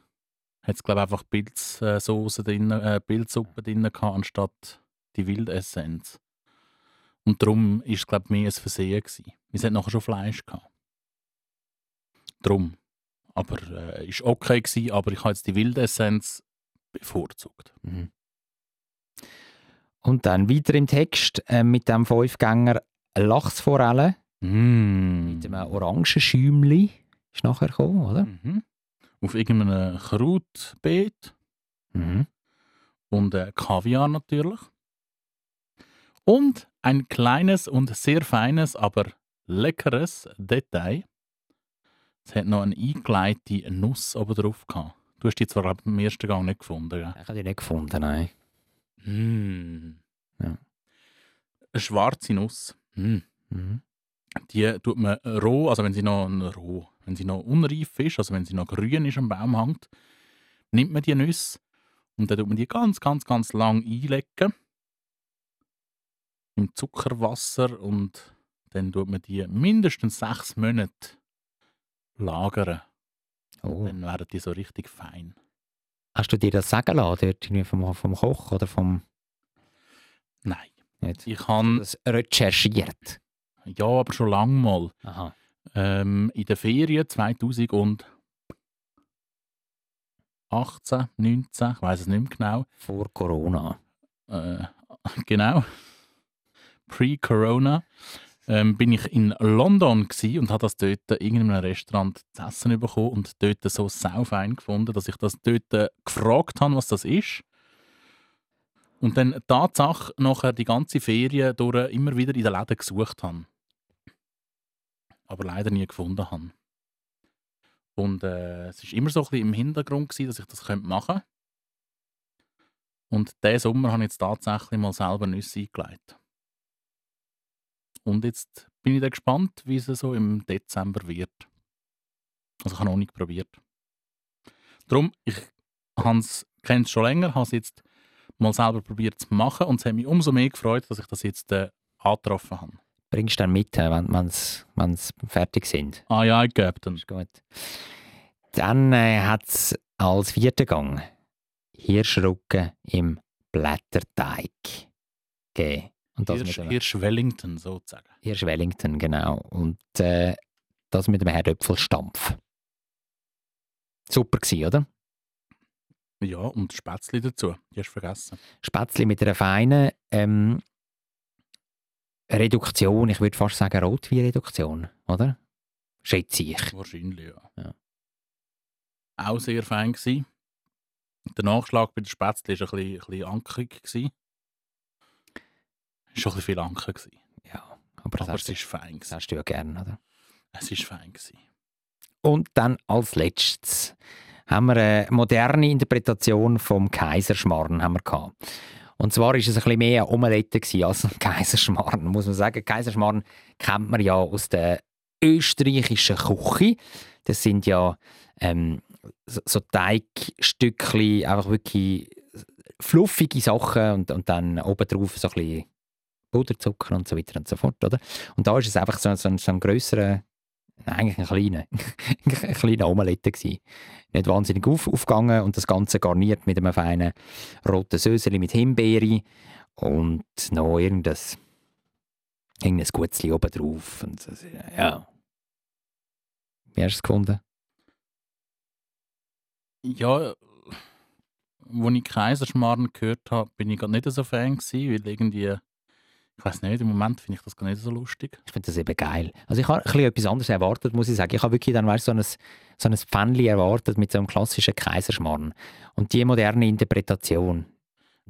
[SPEAKER 2] hat es glaube einfach Pilzsoße drin, äh, Pilzsuppe drin gehabt, anstatt die Wildessenz. Und darum ist es glaube mehr ein Versehen gsi. Es hat nachher schon Fleisch gehabt. Drum. Aber äh, ist okay gewesen, aber ich habe jetzt die Wildessenz bevorzugt.
[SPEAKER 1] Mhm. Und dann weiter im Text äh, mit dem Fünfgänger Lachsforelle
[SPEAKER 2] Mm.
[SPEAKER 1] mit einem orangen Schäumchen. Ist nachher gekommen, oder?
[SPEAKER 2] Mhm. Auf irgendeinem Krautbeet
[SPEAKER 1] Mhm.
[SPEAKER 2] und äh, Kaviar natürlich. Und ein kleines und sehr feines, aber leckeres Detail. Es hat noch eine eingelegte Nuss oben drauf gehabt. Du hast die zwar glaub ich, im ersten Gang nicht gefunden, gell?
[SPEAKER 1] Ich habe die nicht gefunden, nein.
[SPEAKER 2] Mm.
[SPEAKER 1] Ja.
[SPEAKER 2] Eine schwarze Nuss. Mm.
[SPEAKER 1] Mhm.
[SPEAKER 2] Die tut man roh, also wenn sie noch roh, wenn sie noch unreif ist, also wenn sie noch grün ist am Baum hängt, nimmt man die Nüsse und dann tut man die ganz, ganz, ganz lang einlegen im Zuckerwasser und dann tut man die mindestens sechs Monate lagern.
[SPEAKER 1] Oh.
[SPEAKER 2] Dann werden die so richtig fein.
[SPEAKER 1] Hast du dir das sagen lassen, dort irgendwie vom, vom Koch oder vom...
[SPEAKER 2] Nein,
[SPEAKER 1] Nicht?
[SPEAKER 2] ich habe
[SPEAKER 1] Das recherchiert.
[SPEAKER 2] ja aber schon lange mal
[SPEAKER 1] Aha.
[SPEAKER 2] Ähm, in der Ferien 2018, 19, ich weiß es nicht mehr genau.
[SPEAKER 1] Vor Corona.
[SPEAKER 2] Äh, genau. Pre-Corona ähm, bin ich in London gsi und habe das dort in irgendeinem Restaurant zu essen bekommen und dort so saufein gefunden, dass ich das dort äh, gefragt habe, was das ist. Und dann Tatsache nachher die ganze Ferien durch immer wieder in den Läden gesucht habe. Aber leider nie gefunden habe. Und äh, es war immer so ein bisschen im Hintergrund, gsi, dass ich das könnte machen könnte. Und diesen Sommer habe ich jetzt tatsächlich mal selber Nüsse eingelegt. Und jetzt bin ich dann gespannt, wie es so im Dezember wird. Also ich habe noch nicht probiert. Darum, ich kenne es schon länger, habe es jetzt mal selber probiert zu machen und es hat mich umso mehr gefreut, dass ich das jetzt äh, angetroffen habe.
[SPEAKER 1] Bringst du dann mit, äh, wenn wenn's fertig sind.
[SPEAKER 2] Ah ja, ich gebe dann.
[SPEAKER 1] Ist gut. Dann äh, hat es als vierten Gang Hirschrücken im Blätterteig gegeben. Und das
[SPEAKER 2] Hirsch,
[SPEAKER 1] mit dem
[SPEAKER 2] Hirsch Wellington sozusagen.
[SPEAKER 1] Hirsch Wellington, genau. Und äh, das mit dem Herdöpfelstampf. Super gewesen, oder?
[SPEAKER 2] Ja, und Spätzle dazu. Die hast du vergessen.
[SPEAKER 1] Spätzli mit einer feinen ähm, Reduktion, ich würde fast sagen Rotweinreduktion, oder? Schätze ich.
[SPEAKER 2] Wahrscheinlich, ja.
[SPEAKER 1] Ja.
[SPEAKER 2] Auch sehr fein gsi. Der Nachschlag bei den Spätzle war ein bisschen, ein bisschen ankrig. gsi. Ist schon ein bisschen viel Anker. gsi.
[SPEAKER 1] Ja, aber das,
[SPEAKER 2] Aber
[SPEAKER 1] hast,
[SPEAKER 2] es
[SPEAKER 1] du,
[SPEAKER 2] ist fein.
[SPEAKER 1] das
[SPEAKER 2] gsi.
[SPEAKER 1] hast du ja gern, oder?
[SPEAKER 2] Es ist fein. gsi.
[SPEAKER 1] Und dann als letztes haben wir eine moderne Interpretation vom Kaiserschmarrn haben wir gehabt. Und zwar ist es ein bisschen mehr eine Omelette gewesen als ein Kaiserschmarrn, muss man sagen. Kaiserschmarrn kennt man ja aus der österreichischen Küche. Das sind ja ähm, so, so Teigstückchen, einfach wirklich fluffige Sachen und, und dann obendrauf so ein bisschen Puderzucker und so weiter und so fort, oder? Und da ist es einfach so, so, ein- so ein grösserer Nein, eigentlich ein kleiner, ein kleiner Omelette gsi. Nicht wahnsinnig auf, aufgegangen und das Ganze garniert mit einem feinen roten Söseli mit Himbeere und noch irgendein, irgendein Gutzli oben drauf. Und das, ja. Wie hast du es gefunden?
[SPEAKER 2] Ja, als ich Kaiserschmarrn gehört habe, bin ich grad nicht so Fan, gsi, weil irgendwie. Ich weiß nicht, im Moment finde ich das gar nicht so lustig.
[SPEAKER 1] Ich finde das eben geil. Also ich habe ein bisschen etwas anderes erwartet, muss ich sagen. Ich habe wirklich dann weißt, so ein, so ein Pfännchen erwartet mit so einem klassischen Kaiserschmarrn. Und die moderne Interpretation.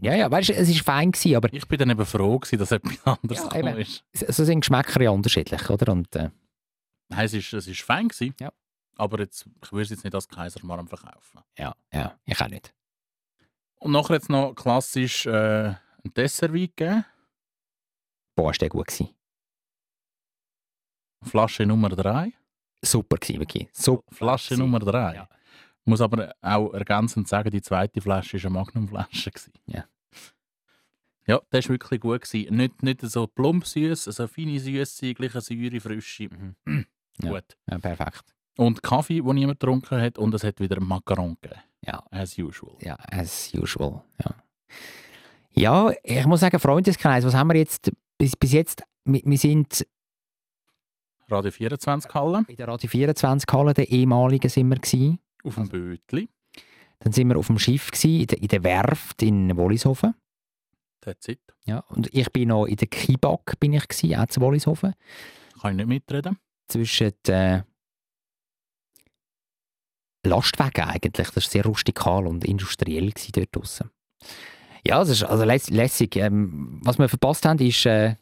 [SPEAKER 1] Ja, ja, weißt du, es war fein, gewesen, aber
[SPEAKER 2] Ich bin dann eben froh, gewesen, dass etwas anderes
[SPEAKER 1] Ja,
[SPEAKER 2] gekommen
[SPEAKER 1] eben.
[SPEAKER 2] ist.
[SPEAKER 1] so sind Geschmäcker ja unterschiedlich, oder? Und, äh,
[SPEAKER 2] Nein, es ist, es ist fein gewesen.
[SPEAKER 1] Ja.
[SPEAKER 2] Aber jetzt, ich würde es jetzt nicht als Kaiserschmarrn verkaufen.
[SPEAKER 1] ja, ja, ich auch nicht.
[SPEAKER 2] Und nachher jetzt noch klassisch äh, ein Dessertwein gegeben.
[SPEAKER 1] Boah, ist der gut gewesen.
[SPEAKER 2] Flasche Nummer 3.
[SPEAKER 1] Super gewesen, wirklich. Super.
[SPEAKER 2] Oh, Flasche
[SPEAKER 1] gewesen.
[SPEAKER 2] Nummer 3.
[SPEAKER 1] Ja.
[SPEAKER 2] Muss aber auch ergänzend sagen, die zweite Flasche war eine Magnumflasche. gewesen.
[SPEAKER 1] Ja.
[SPEAKER 2] Ja, das war wirklich gut. Gewesen. Nicht, nicht so plump süß, so feine Süße, gleich eine Säure, frische.
[SPEAKER 1] Mhm. Ja.
[SPEAKER 2] Gut.
[SPEAKER 1] Ja, perfekt.
[SPEAKER 2] Und Kaffee, den niemand getrunken hat. Und es hat wieder Macaron gegeben.
[SPEAKER 1] Ja.
[SPEAKER 2] As usual.
[SPEAKER 1] Ja, as usual. Ja, ja ich muss sagen, Freundeskreis, was haben wir jetzt bis, bis jetzt? Wir, wir sind
[SPEAKER 2] Radio 24 Halle.
[SPEAKER 1] In der Radio 24 Halle, der ehemaligen, sind wir. Gewesen.
[SPEAKER 2] Auf dem Bötli.
[SPEAKER 1] Dann sind wir auf dem Schiff, gewesen, in, der, in der Werft in Wollishofen.
[SPEAKER 2] That's it.
[SPEAKER 1] Ja, und ich bin noch in der Kibak, bin ich gewesen, auch zu Wollishofen.
[SPEAKER 2] Kann ich nicht mitreden.
[SPEAKER 1] Zwischen den Lastwagen eigentlich. Das war sehr rustikal und industriell gewesen dort draussen. Ja, das ist also läss lässig. Ähm, was wir verpasst haben, ist äh,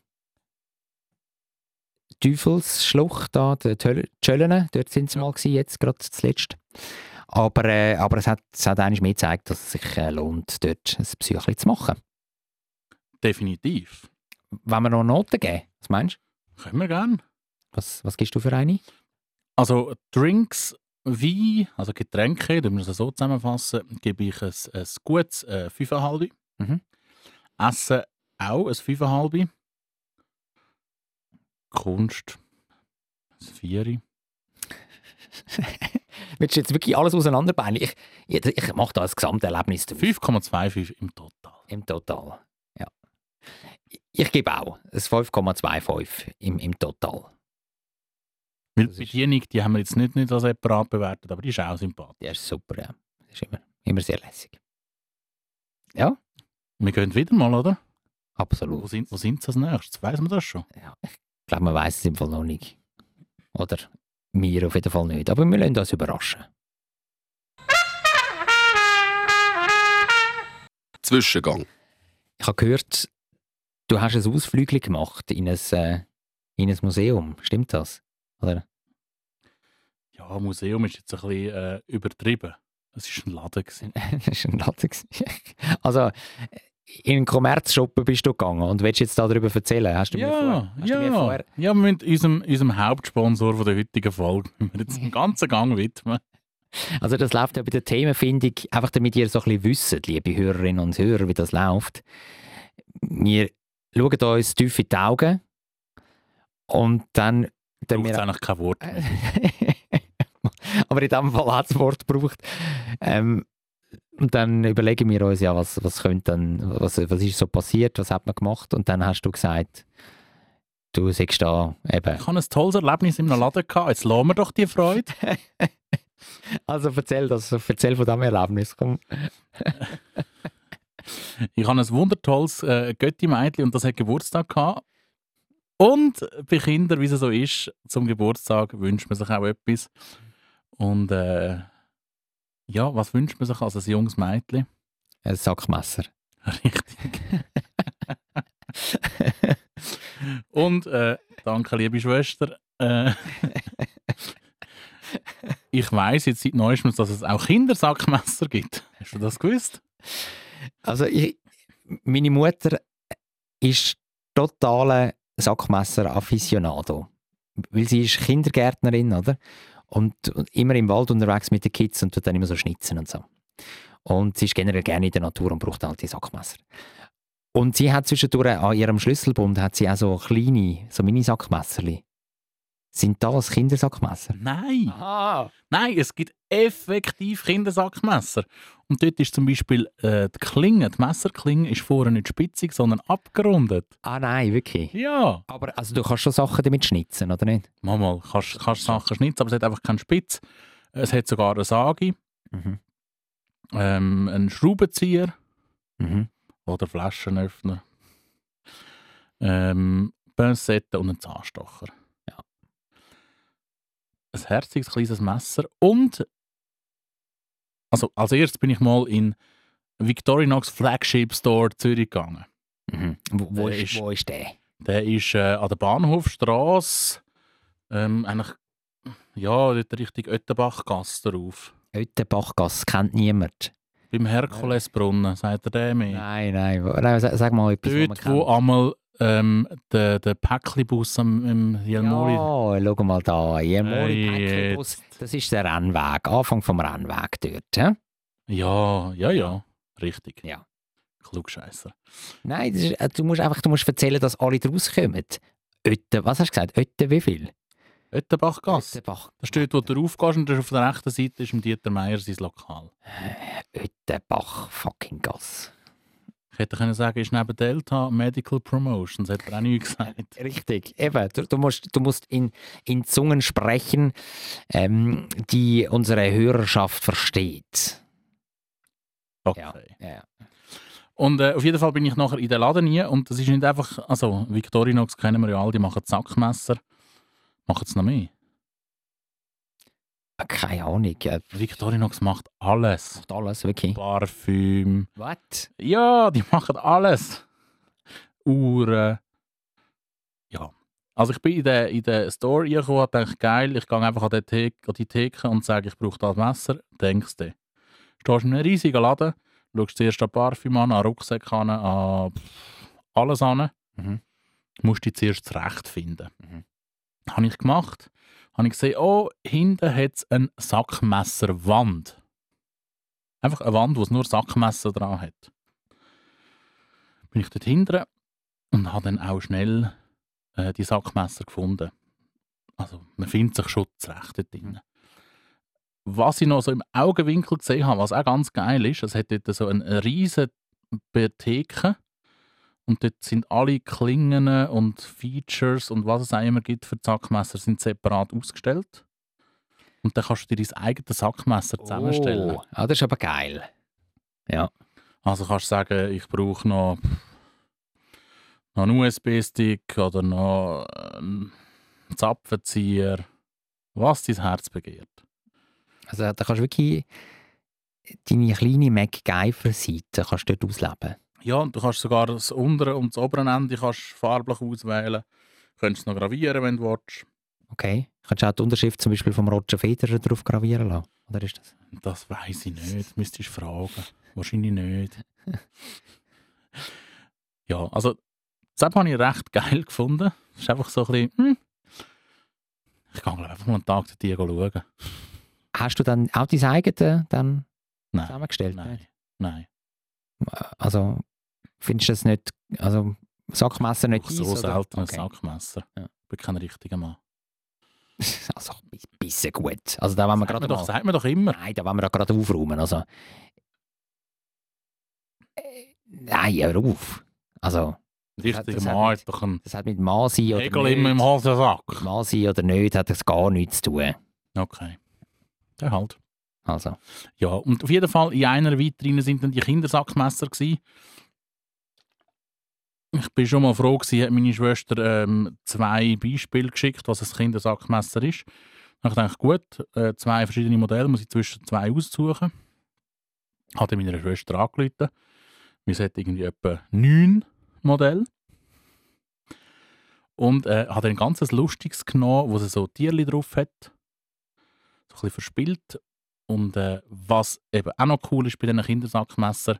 [SPEAKER 1] die Teufelsschlucht, da, die Hölle- die Höllene. Dort sind sie mal gewesen, jetzt gerade zuletzt. Aber, äh, aber es hat, es hat eigentlich mehr gezeigt, dass es sich äh, lohnt, dort ein Psychli zu machen.
[SPEAKER 2] Definitiv.
[SPEAKER 1] Wenn wir noch Noten geben, was meinst du?
[SPEAKER 2] Können wir gerne.
[SPEAKER 1] Was, was gibst du für eine?
[SPEAKER 2] Also Drinks, Wein, also Getränke, da müssen wir es so zusammenfassen, gebe ich ein, ein gutes äh, 5,5.
[SPEAKER 1] Mhm.
[SPEAKER 2] Essen auch ein 5,5. Kunst, ein 4.
[SPEAKER 1] Willst du jetzt wirklich alles auseinanderbeinen? Ich, ich, ich mache da ein Gesamterlebnis draus.
[SPEAKER 2] 5,25 im Total.
[SPEAKER 1] Im Total, ja. Ich- Ich gebe auch ein 5,25 im, im Total.
[SPEAKER 2] Weil
[SPEAKER 1] Das
[SPEAKER 2] die
[SPEAKER 1] ist-
[SPEAKER 2] Bedienung, die haben wir jetzt nicht, nicht als separat bewertet, aber die ist auch sympathisch.
[SPEAKER 1] Der ist super, ja. Das ist immer, immer sehr lässig.
[SPEAKER 2] Wir gehen wieder mal, oder? Wo
[SPEAKER 1] Absolut.
[SPEAKER 2] sind, wo sind sie als nächstes? Weiss man das schon?
[SPEAKER 1] Ja, ich glaube, man weiß es im Fall noch nicht. Oder mir auf jeden Fall nicht. Aber wir lassen uns überraschen.
[SPEAKER 7] Zwischengang.
[SPEAKER 1] Ich habe gehört, du hast ein Ausflügel gemacht in ein, äh, in ein Museum. Stimmt das? Oder?
[SPEAKER 2] Ja, Museum ist jetzt ein bisschen äh, übertrieben. Es war ein Laden. Gewesen.
[SPEAKER 1] das war ein Laden. gewesen. Also, in einen Kommerzshoppen bist du gegangen und willst jetzt darüber erzählen? Hast du mir vorher,
[SPEAKER 2] Ja,
[SPEAKER 1] hast du mir
[SPEAKER 2] ja.
[SPEAKER 1] vorher
[SPEAKER 2] Ja, wir müssen unserem, unserem Hauptsponsor von der heutigen Folge müssen wir jetzt den ganzen Gang widmen.
[SPEAKER 1] Also das läuft ja bei der Themenfindung, einfach damit ihr so ein bisschen wisst, liebe Hörerinnen und Hörer, wie das läuft. Wir schauen uns tief in die Augen und dann...
[SPEAKER 2] Da
[SPEAKER 1] dann
[SPEAKER 2] braucht es eigentlich kein Wort. mehr.
[SPEAKER 1] Äh, Aber in diesem Fall hat das Wort gebraucht. Ähm, und dann überlegen wir uns ja, was, was könnte dann, was, was ist so passiert, was hat man gemacht und dann hast du gesagt, du sagst da eben.
[SPEAKER 2] Ich hatte ein tolles Erlebnis in einem Laden. Gehabt. Jetzt lassen wir doch die Freude.
[SPEAKER 1] Also erzähl das, erzähl von diesem Erlebnis. Komm.
[SPEAKER 2] Ich habe ein wundertolles äh, Götti-Mädchen und das hat Geburtstag gehabt. Und bei Kindern, wie es so ist, zum Geburtstag wünscht man sich auch etwas. Und äh, ja, was wünscht man sich als ein junges Mädchen?
[SPEAKER 1] Ein Sackmesser.
[SPEAKER 2] Richtig. Und äh, danke, liebe Schwester. Äh, ich weiß jetzt seit neuestem, dass es auch Kindersackmesser gibt. Hast du das gewusst?
[SPEAKER 1] Also ich, meine Mutter ist totale Sackmesser-Afficionado, weil sie ist Kindergärtnerin, oder? Und, und immer im Wald unterwegs mit den Kids und tut dann immer so schnitzen und so. Und sie ist generell gerne in der Natur und braucht halt die Sackmesser. Und sie hat zwischendurch an ihrem Schlüsselbund hat sie auch so kleine, so Mini-Sackmesserli. Sind das Kindersackmesser?
[SPEAKER 2] Nein.
[SPEAKER 1] Ah,
[SPEAKER 2] Nein, es gibt effektiv Kindersackmesser. Und dort ist zum Beispiel äh, die Klinge, die Messerklinge, ist vorne nicht spitzig, sondern abgerundet.
[SPEAKER 1] ah nein, wirklich.
[SPEAKER 2] Ja.
[SPEAKER 1] Aber also du kannst schon Sachen damit schnitzen, oder nicht?
[SPEAKER 2] Manchmal kannst du Sachen schnitzen, aber es hat einfach keinen Spitz. Es hat sogar eine Sage,
[SPEAKER 1] Mhm.
[SPEAKER 2] ähm, einen Schraubenzieher
[SPEAKER 1] Mhm.
[SPEAKER 2] oder Flaschenöffner, ähm, Pinsette und einen Zahnstocher.
[SPEAKER 1] Ja.
[SPEAKER 2] Ein herziges kleines Messer und also als erstes bin ich mal in Victorinox Flagship Store Zürich gegangen.
[SPEAKER 1] Mhm. Wo, wo,
[SPEAKER 2] Der
[SPEAKER 1] ist,
[SPEAKER 2] ist-
[SPEAKER 1] wo ist der?
[SPEAKER 2] Der ist äh, an der Bahnhofstrasse, ähm, eigentlich ja, dort Richtung Öttenbachgasse drauf.
[SPEAKER 1] Öttenbachgasse, kennt niemand.
[SPEAKER 2] Beim Herkulesbrunnen, sagt er der mehr.
[SPEAKER 1] Nein, nein. wo- nein sag, sag mal etwas,
[SPEAKER 2] Dort,
[SPEAKER 1] wo
[SPEAKER 2] wo
[SPEAKER 1] man
[SPEAKER 2] einmal ähm, der, der Päcklibus am im
[SPEAKER 1] kennt.
[SPEAKER 2] Jelmoli.
[SPEAKER 1] Ja, schau mal da.
[SPEAKER 2] Hey,
[SPEAKER 1] Jelmoli Das ist der Rennweg, Anfang vom Rennweg dort. hä?
[SPEAKER 2] Ja, ja, ja. Richtig.
[SPEAKER 1] Ja.
[SPEAKER 2] Klugscheisser.
[SPEAKER 1] Nein, das ist, äh, du musst einfach du musst erzählen, dass alle draus kommen. Ötten, was hast du gesagt? Ötten wie viel?
[SPEAKER 2] Öttenbachgasse.
[SPEAKER 1] Öttenbach,
[SPEAKER 2] Da steht, wo du raufgehst und auf der rechten Seite ist im Dieter Meier sein Lokal.
[SPEAKER 1] Öttenbach fucking Gas.
[SPEAKER 2] Ich hätte können sagen, ist neben Delta Medical Promotions, hat er auch nie gesagt.
[SPEAKER 1] Richtig, eben. Du, du musst, du musst in, in Zungen sprechen, ähm, die unsere Hörerschaft versteht.
[SPEAKER 2] Okay.
[SPEAKER 1] Ja, ja.
[SPEAKER 2] Und äh, auf jeden Fall bin ich nachher in den Laden hier und das ist nicht einfach, also Victorinox kennen wir ja alle, die machen Zackmesser. Machen es noch mehr.
[SPEAKER 1] Ah, Keine Ahnung. Ja,
[SPEAKER 2] Victorinox macht alles.
[SPEAKER 1] alles, wirklich.
[SPEAKER 2] Parfüm.
[SPEAKER 1] Was?
[SPEAKER 2] Ja, die machen alles. Uhren. Ja. Also ich bin in den, in den Store reingekommen und dachte, geil, ich gehe einfach an die, Theke, an die Theke und sage, ich brauche das Messer. Denkst du? Stehst in einem riesigen Laden, schaust zuerst an Parfüm an, an Rucksäcke an, an pff, alles an.
[SPEAKER 1] Mhm.
[SPEAKER 2] Musst dich zuerst zurechtfinden.
[SPEAKER 1] Mhm.
[SPEAKER 2] Habe ich gemacht. Habe ich gesehen, oh, hinten hat es eine Sackmesserwand. Einfach eine Wand, wo es nur Sackmesser dran hat bin ich dort hinten und habe dann auch schnell äh, die Sackmesser gefunden. Also man findet sich schon zurecht dort drin. Was ich noch so im Augenwinkel gesehen habe, was auch ganz geil ist, es hat dort so eine riesige Theke und dort sind alle Klingen und Features und was es auch immer gibt für die Sackmesser, sind separat ausgestellt. Und dann kannst du dir dein eigenes Sackmesser zusammenstellen.
[SPEAKER 1] Oh, ah, das ist aber geil.
[SPEAKER 2] Also kannst du sagen, ich brauche noch, noch einen USB-Stick oder noch einen Zapfenzieher, was dein Herz begehrt.
[SPEAKER 1] Also da kannst du wirklich deine kleine MacGyver-Seite kannst du dort ausleben.
[SPEAKER 2] Ja, und du kannst sogar das untere und das obere Ende kannst du farblich auswählen. Du könntest es noch gravieren, wenn du willst.
[SPEAKER 1] Okay? Kannst du auch die Unterschrift zum Beispiel vom Roger Federer drauf gravieren lassen? Oder ist das?
[SPEAKER 2] Das weiß ich nicht, müsstest du fragen. Wahrscheinlich nicht. ja, also das habe ich recht geil gefunden. Es ist einfach so ein bisschen, hm. Ich kann glaub, einfach mal einen Tag zu dir schauen.
[SPEAKER 1] Hast du dann auch dein eigenes dann
[SPEAKER 2] Nein.
[SPEAKER 1] zusammengestellt?
[SPEAKER 2] Nein. Nein.
[SPEAKER 1] Also findest du das nicht, also Sackmesser nicht
[SPEAKER 2] Nicht so
[SPEAKER 1] deins, oder?
[SPEAKER 2] selten ein
[SPEAKER 1] Okay.
[SPEAKER 2] Sackmesser.
[SPEAKER 1] Ja.
[SPEAKER 2] Ich bin kein richtiger Mann.
[SPEAKER 1] Also ein bisschen gut. Also da wollen wir
[SPEAKER 2] Sagt
[SPEAKER 1] Ah, gerade
[SPEAKER 2] man, doch,
[SPEAKER 1] mal,
[SPEAKER 2] sagt man doch immer.
[SPEAKER 1] Nein, da wollen wir doch gerade aufräumen. Also, äh, nein, hör auf. Also,
[SPEAKER 2] Ein
[SPEAKER 1] das hat-
[SPEAKER 2] richtiger
[SPEAKER 1] das hat
[SPEAKER 2] Mann
[SPEAKER 1] mit-
[SPEAKER 2] hat doch einen
[SPEAKER 1] das hat mit Mann sein oder
[SPEAKER 2] Egel
[SPEAKER 1] nicht,
[SPEAKER 2] immer im Hosensack.
[SPEAKER 1] Mann sein oder nicht, hat das gar nichts zu tun.
[SPEAKER 2] Okay. Der halt.
[SPEAKER 1] Also,
[SPEAKER 2] Ja, und auf jeden Fall, in einer weiteren sind dann die Kindersackmesser gewesen. Ich bin schon mal froh gewesen, hat meine Schwester ähm, zwei Beispiele geschickt, was ein Kindersackmesser ist. Dann dachte ich, gut, äh, zwei verschiedene Modelle, muss ich zwischen zwei aussuchen. Hatte meiner Schwester angerufen. Wir hatten irgendwie etwa neun Modelle. Und äh, hat ein ganzes Lustiges genommen, wo sie so Tierli drauf hat. So ein bisschen verspielt. Und äh, was eben auch noch cool ist bei diesen Kindersackmesser,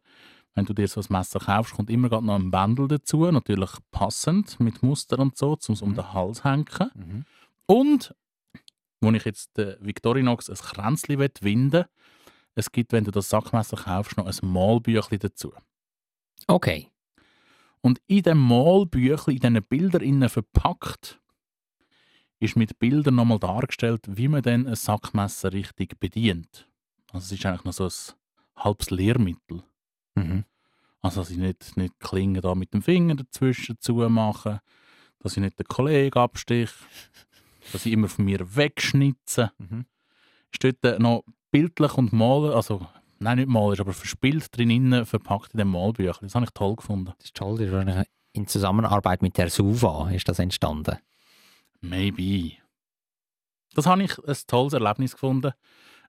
[SPEAKER 2] wenn du dir so ein Messer kaufst, kommt immer grad noch ein Bändel dazu, natürlich passend, mit Muster und so, um es um den Hals zu hängen.
[SPEAKER 1] mhm.
[SPEAKER 2] Und, wo ich jetzt den Victorinox ein Kränzchen winden will, es gibt, wenn du das Sackmesser kaufst, noch ein Malbüchli dazu.
[SPEAKER 1] okay.
[SPEAKER 2] Und in dem Malbüchli, in diesen Bildern innen verpackt, ist mit Bildern nochmal dargestellt, wie man denn ein Sackmesser richtig bedient. Also es ist eigentlich noch so ein halbes Lehrmittel.
[SPEAKER 1] Mhm.
[SPEAKER 2] Also dass ich nicht, nicht die Klinge da mit dem Finger dazwischen zu mache, dass ich nicht den Kollegen abstich, dass ich immer von mir wegschnitze.
[SPEAKER 1] Mhm.
[SPEAKER 2] Ist dort noch bildlich und malen, also nein, nicht malen, aber verspielt drin innen, verpackt in dem Malbüchli. Das habe ich toll gefunden.
[SPEAKER 1] Das ist toll, das ist wahrscheinlich in Zusammenarbeit mit der Suva ist das entstanden.
[SPEAKER 2] Maybe. Das habe ich ein tolles Erlebnis gefunden.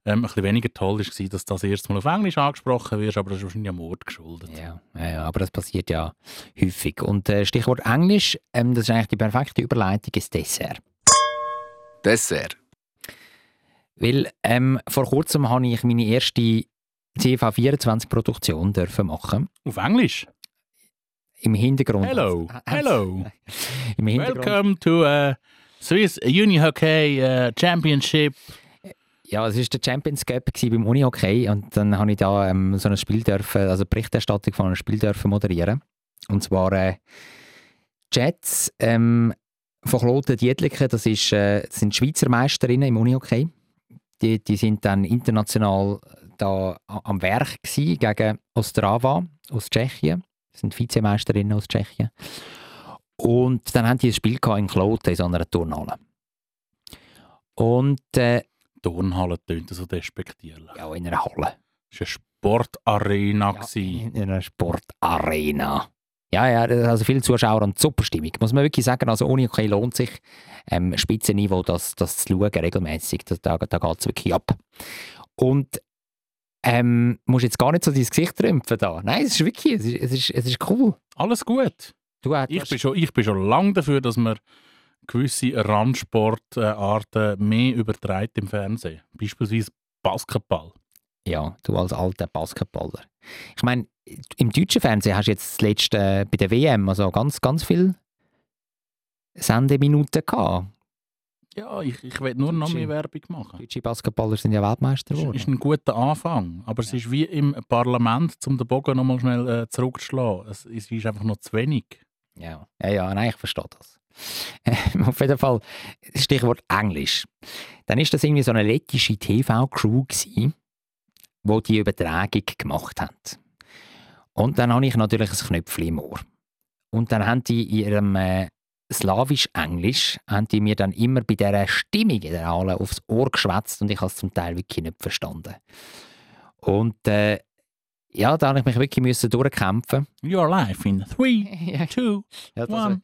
[SPEAKER 2] Ähm, ein bisschen weniger toll war, dass das erste Mal auf Englisch angesprochen wird, aber das ist wahrscheinlich am Mord geschuldet.
[SPEAKER 1] Ja, ja, ja, aber das passiert ja häufig. Und äh, Stichwort Englisch, ähm, das ist eigentlich die perfekte Überleitung ins Dessert.
[SPEAKER 7] Dessert.
[SPEAKER 1] Weil ähm, vor kurzem habe ich meine erste CV24-Produktion dürfen machen.
[SPEAKER 2] Auf Englisch?
[SPEAKER 1] Im Hintergrund. Äh,
[SPEAKER 2] Hello, hello.
[SPEAKER 1] Im Hintergrund.
[SPEAKER 2] Welcome to uh, Swiss Uni Hockey uh, Championship.
[SPEAKER 1] Ja, also es war der Champions Cup gewesen beim Unihockey und dann habe ich da ähm, so ein Spiel dürfen, also die Berichterstattung von einem Spiel dürfen moderieren. Und zwar äh, Jets ähm, von Kloten Dietliken, das, ist, äh, das sind Schweizer Meisterinnen im Unihockey. Die, die sind dann international da a- am Werk gewesen, gegen Ostrava aus Tschechien. Das sind Vizemeisterinnen aus Tschechien. Und dann haben die ein Spiel gehabt in Kloten, in so einer Turnhalle. Und äh,
[SPEAKER 2] Turnhalle tönt so despektierlich.
[SPEAKER 1] ja, in einer Halle.
[SPEAKER 2] Es war eine
[SPEAKER 1] Ja,
[SPEAKER 2] Sportarena. gewesen.
[SPEAKER 1] in einer Sportarena. Ja, ja, das- also viele Zuschauer und super Stimmung. Muss man wirklich sagen, also ohne okay lohnt sich ähm, Spitzenniveau, das, das zu schauen regelmäßig. Da, da, da geht es wirklich ab. Und ähm, musst jetzt gar nicht so dein Gesicht rümpfen da. Nein, es ist wirklich, es ist, es ist, es ist cool.
[SPEAKER 2] Alles gut.
[SPEAKER 1] Du, äh, du
[SPEAKER 2] Ich
[SPEAKER 1] hast-
[SPEAKER 2] bin, schon, ich bin schon lange dafür, dass man gewisse Randsportarten mehr übertreibt im Fernsehen. Beispielsweise Basketball.
[SPEAKER 1] Ja, du als alter Basketballer. Ich meine, im deutschen Fernsehen hast du jetzt zuletzt äh, bei der WM also ganz, ganz viel Sendeminuten gehabt.
[SPEAKER 2] Ja, ich, ich will nur noch
[SPEAKER 1] Deutsche-
[SPEAKER 2] mehr Werbung machen.
[SPEAKER 1] Deutsche Basketballer sind ja Weltmeister
[SPEAKER 2] Das ist,
[SPEAKER 1] geworden.
[SPEAKER 2] ist ein guter Anfang. Aber es ist wie im Parlament, um den Bogen nochmal schnell äh, zurückzuschlagen. Es, es ist einfach noch zu wenig.
[SPEAKER 1] Ja, ja, ja nein, ich verstehe das. Auf jeden Fall, Stichwort Englisch. Dann ist das irgendwie so eine lettische TV-Crew, gsi, wo die Übertragung gemacht hat. Und dann habe ich natürlich ein Knöpfchen im Ohr. Und dann haben die in ihrem äh, Slawisch-Englisch, haben die mir dann immer bei dieser Stimmung in der Halle aufs Ohr geschwätzt und ich habe es zum Teil wirklich nicht verstanden. Und äh, ja, da habe ich mich wirklich müssen durchkämpfen.
[SPEAKER 2] Your life in three,
[SPEAKER 1] ja,
[SPEAKER 2] two,
[SPEAKER 1] ja, das,
[SPEAKER 2] one.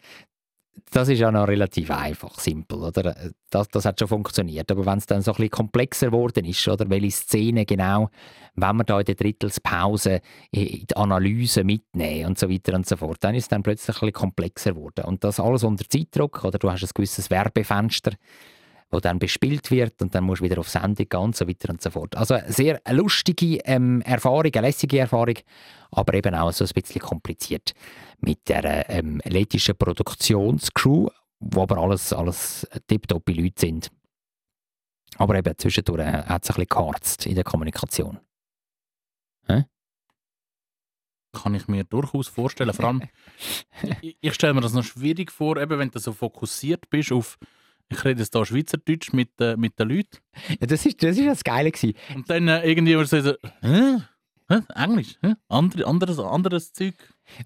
[SPEAKER 1] das ist ja noch relativ einfach, simpel, oder? Äh, Das, das hat schon funktioniert. Aber wenn es dann so ein bisschen komplexer geworden ist, oder welche Szene genau, wenn wir da in der Drittelspause in in die Analyse mitnehmen und so weiter und so fort, dann ist es dann plötzlich ein bisschen komplexer geworden. Und das alles unter Zeitdruck, oder du hast ein gewisses Werbefenster, wo dann bespielt wird und dann musst du wieder auf Sendung gehen und so weiter und so fort. Also eine sehr lustige ähm, Erfahrung, eine lässige Erfahrung, aber eben auch so ein bisschen kompliziert mit der ähm, lettischen Produktionscrew, wo aber alles, alles tiptoppe Leute sind. Aber eben zwischendurch hat es ein bisschen geharzt in der Kommunikation.
[SPEAKER 2] Kann ich mir durchaus vorstellen. Vor allem, ich, ich stelle mir das noch schwierig vor, eben wenn du so fokussiert bist auf, ich rede jetzt hier Schweizerdeutsch mit, äh, mit den Leuten.
[SPEAKER 1] Ja, das war ist, das, ist das Geile. Gewesen.
[SPEAKER 2] Und dann äh, irgendjemand sagt so, hä? Hä? Englisch? Hä? Andere, anderes, anderes Zeug?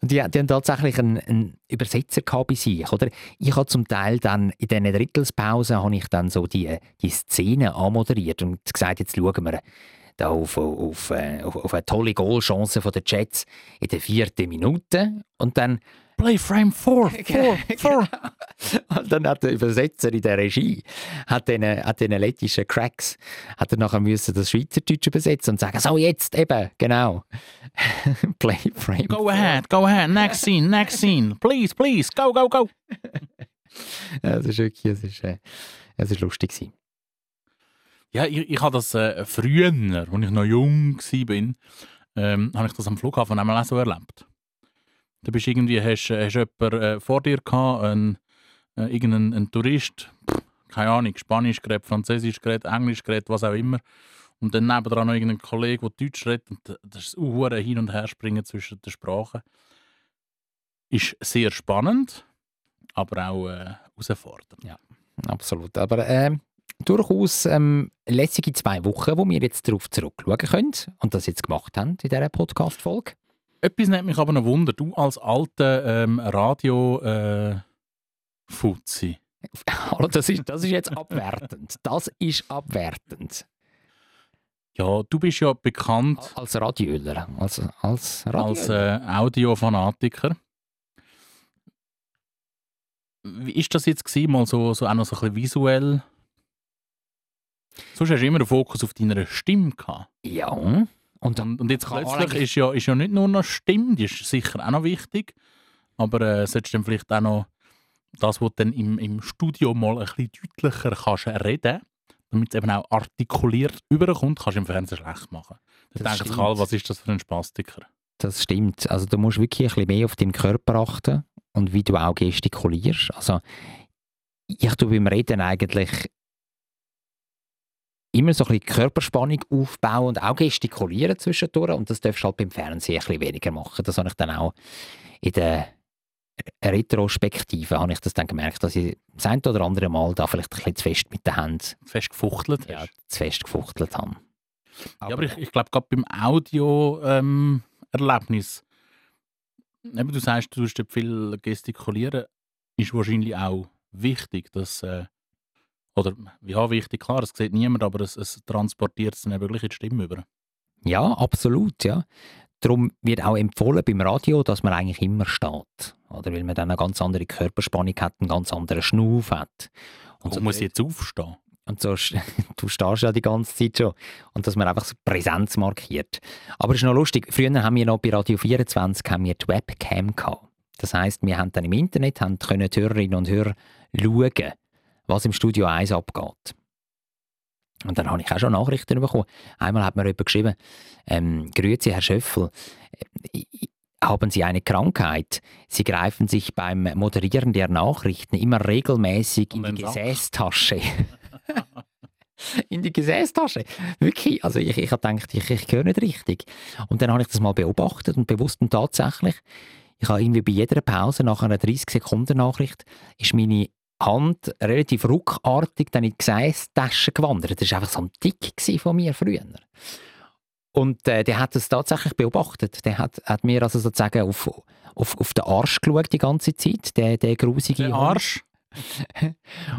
[SPEAKER 1] Und die, die haben tatsächlich einen, einen Übersetzer gehabt bei sich. Oder? Ich habe zum Teil dann in diesen Drittelspausen habe ich dann so die, die Szene anmoderiert und gesagt, jetzt schauen wir da auf, auf, äh, auf, auf eine tolle Goalchance von den Jets in der vierten Minute. Und dann
[SPEAKER 2] Play frame 4, 4, 4.
[SPEAKER 1] Und dann hat der Übersetzer in der Regie, hat den, hat den lettischen Cracks, hat er nachher müssen das Schweizerdeutsch übersetzen und sagen, so jetzt eben, genau. Playframe.
[SPEAKER 2] Go ahead, go ahead, next scene, next scene. Please, please, go, go, go.
[SPEAKER 1] Ja, Es ist wirklich, es ist, äh, es ist lustig gewesen.
[SPEAKER 2] Ja, ich, ich habe das äh, früher, als ich noch jung war, ähm, habe ich das am Flughafen einmal auch so erlebt. Da bist irgendwie, hast, äh, hast jemanden äh, vor dir gehabt, ein, äh, irgendein ein Tourist, pff, keine Ahnung, Spanisch geredet, Französisch geredet, Englisch geredet, was auch immer. Und dann nebendran noch irgendein Kollege, der Deutsch redet. Und das ist ein Hin- und Herspringen zwischen den Sprachen. Ist sehr spannend, aber auch äh, herausfordernd.
[SPEAKER 1] Absolut. Aber ähm, durchaus ähm, lässige zwei Wochen, wo wir jetzt darauf zurückschauen können und das jetzt gemacht haben in dieser Podcast-Folge.
[SPEAKER 2] Etwas nimmt mich aber noch Wunder. Du als alter ähm, Radio äh, Fuzzi.
[SPEAKER 1] Hallo, das ist, das ist jetzt abwertend. Das ist abwertend.
[SPEAKER 2] Ja, du bist ja bekannt
[SPEAKER 1] Als Radioöler. Als, als
[SPEAKER 2] als
[SPEAKER 1] Radioöler.
[SPEAKER 2] äh, Audiofanatiker. Wie ist das jetzt gewesen, mal so, so auch noch so ein bisschen visuell? Sonst hast du immer den Fokus auf deiner Stimme gehabt.
[SPEAKER 1] ja. Und
[SPEAKER 2] Und, und jetzt
[SPEAKER 1] Kann
[SPEAKER 2] plötzlich
[SPEAKER 1] eigentlich-
[SPEAKER 2] ist ja, ist ja nicht nur noch Stimme, die ist sicher auch noch wichtig, aber äh, solltest du dann vielleicht auch noch das, was du dann im, im Studio mal ein bisschen deutlicher kannst reden, damit es eben auch artikuliert überkommt, kannst du im Fernsehen schlecht machen.
[SPEAKER 1] Das
[SPEAKER 2] Dann denken sich
[SPEAKER 1] stimmt.
[SPEAKER 2] alle, was ist das für ein Spastiker?
[SPEAKER 1] Das stimmt. Also du musst wirklich ein bisschen mehr auf deinen Körper achten und wie du auch gestikulierst. Also ich tue beim Reden eigentlich immer so ein bisschen Körperspannung aufbauen und auch gestikulieren zwischendurch. Und das darfst du halt beim Fernsehen ein bisschen weniger machen. Das habe ich dann auch in der Retrospektive habe ich das dann gemerkt, dass ich das ein oder andere Mal da vielleicht ein bisschen zu fest mit der Hand
[SPEAKER 2] Fest gefuchtelt
[SPEAKER 1] ja,
[SPEAKER 2] hast.
[SPEAKER 1] zu fest gefuchtelt habe.
[SPEAKER 2] Ja, aber ich, ich glaube, gerade beim Audio-Erlebnis ähm, eben, du sagst, du tust dort viel gestikulieren, ist wahrscheinlich auch wichtig, dass, äh, oder ja, wichtig, klar, es sieht niemand, aber es, es transportiert es dann eben gleich in die Stimme über.
[SPEAKER 1] Ja, absolut, ja. Darum wird auch empfohlen beim Radio, dass man eigentlich immer steht. Oder weil man dann eine ganz andere Körperspannung hat, einen ganz anderen Schnuff hat.
[SPEAKER 2] Und so muss ich jetzt aufstehen.
[SPEAKER 1] Und so, st- du stehst ja die ganze Zeit schon. Und dass man einfach so Präsenz markiert. Aber es ist noch lustig, früher haben wir noch bei Radio 24 haben wir die Webcam gehabt. Das heisst, wir haben dann im Internet haben können die Hörerinnen und Hörer schauen, was im Studio 1 abgeht. Und dann habe ich auch schon Nachrichten bekommen. Einmal hat mir jemand geschrieben, ähm, «Grüezi, Herr Schöffel, äh, haben Sie eine Krankheit? Sie greifen sich beim Moderieren der Nachrichten immer regelmäßig in
[SPEAKER 2] Und
[SPEAKER 1] die
[SPEAKER 2] den Sack.
[SPEAKER 1] Gesäßtasche.» in die Gesäßtasche. Wirklich, also ich, ich habe gedacht, ich, ich höre nicht richtig. Und dann habe ich das mal beobachtet und bewusst und tatsächlich, ich habe irgendwie bei jeder Pause nach einer 30-Sekunden-Nachricht ist meine Hand relativ ruckartig dann in die Gesäßtasche gewandert. Das war einfach so ein Tick gewesen von mir früher. Und äh, der hat das tatsächlich beobachtet. Der hat, hat mir also sozusagen auf, auf, auf den Arsch geschaut die ganze Zeit, der, der grusige
[SPEAKER 2] Der
[SPEAKER 1] Hund
[SPEAKER 2] Arsch.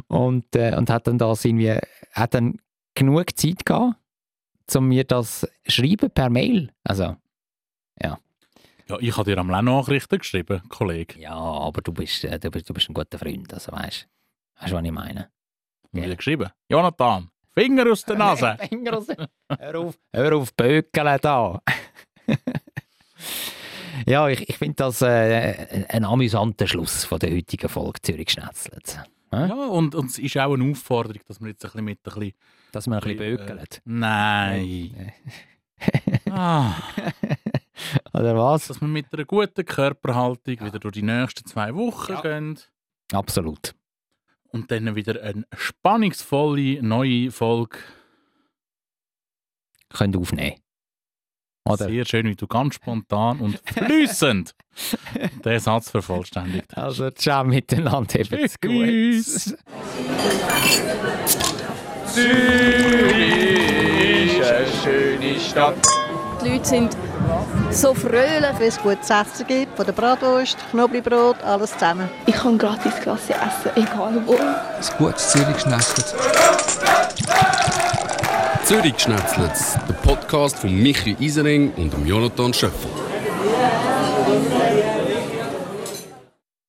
[SPEAKER 1] und, äh, und hat dann das irgendwie, hat dann genug Zeit gehabt, um mir das schreiben per Mail. Also,
[SPEAKER 2] Ja, ich habe dir am Lern Nachrichten geschrieben, Kollege.
[SPEAKER 1] ja, aber du bist, äh, du bist, du bist ein guter Freund, also weißt du, weißt, du, was ich meine?
[SPEAKER 2] Ja.
[SPEAKER 1] Ja.
[SPEAKER 2] geschrieben. Jonathan, Finger aus der Nase.
[SPEAKER 1] Finger raus. hör auf, hör auf Bökeln da. ja, ich, ich finde das äh, ein amüsanter Schluss von der heutigen Folge Zürich Schnetzlet.
[SPEAKER 2] Ja, und, und es ist auch eine Aufforderung, dass wir jetzt ein bisschen mit ein bisschen...
[SPEAKER 1] Dass man ein bisschen
[SPEAKER 2] Äh,
[SPEAKER 1] bökelt.
[SPEAKER 2] Nein. ah,
[SPEAKER 1] Oder was?
[SPEAKER 2] dass wir mit einer guten Körperhaltung wieder durch die nächsten zwei Wochen gehen
[SPEAKER 1] Absolut.
[SPEAKER 2] und dann wieder eine spannungsvolle neue Folge.
[SPEAKER 1] Könnt aufnehmen. Oder?
[SPEAKER 2] Sehr schön, wie du ganz spontan und flüssend den Satz vervollständigt hast.
[SPEAKER 1] Also, ciao miteinander, habt's gut.
[SPEAKER 2] Tschüss.
[SPEAKER 3] Zürich ist eine schöne Stadt.
[SPEAKER 4] Die Leute sind so fröhlich.
[SPEAKER 5] Wenn es gutes Essen gibt, von der Bratwurst, Knoblauchbrot, alles zusammen.
[SPEAKER 6] Ich kann gratis Klasse essen, egal wo.
[SPEAKER 8] Ein gutes Zürichschnetzlitz.
[SPEAKER 7] Zürich Schnetzlitz, der Podcast von Michi Isering und dem Jonathan Schöffel.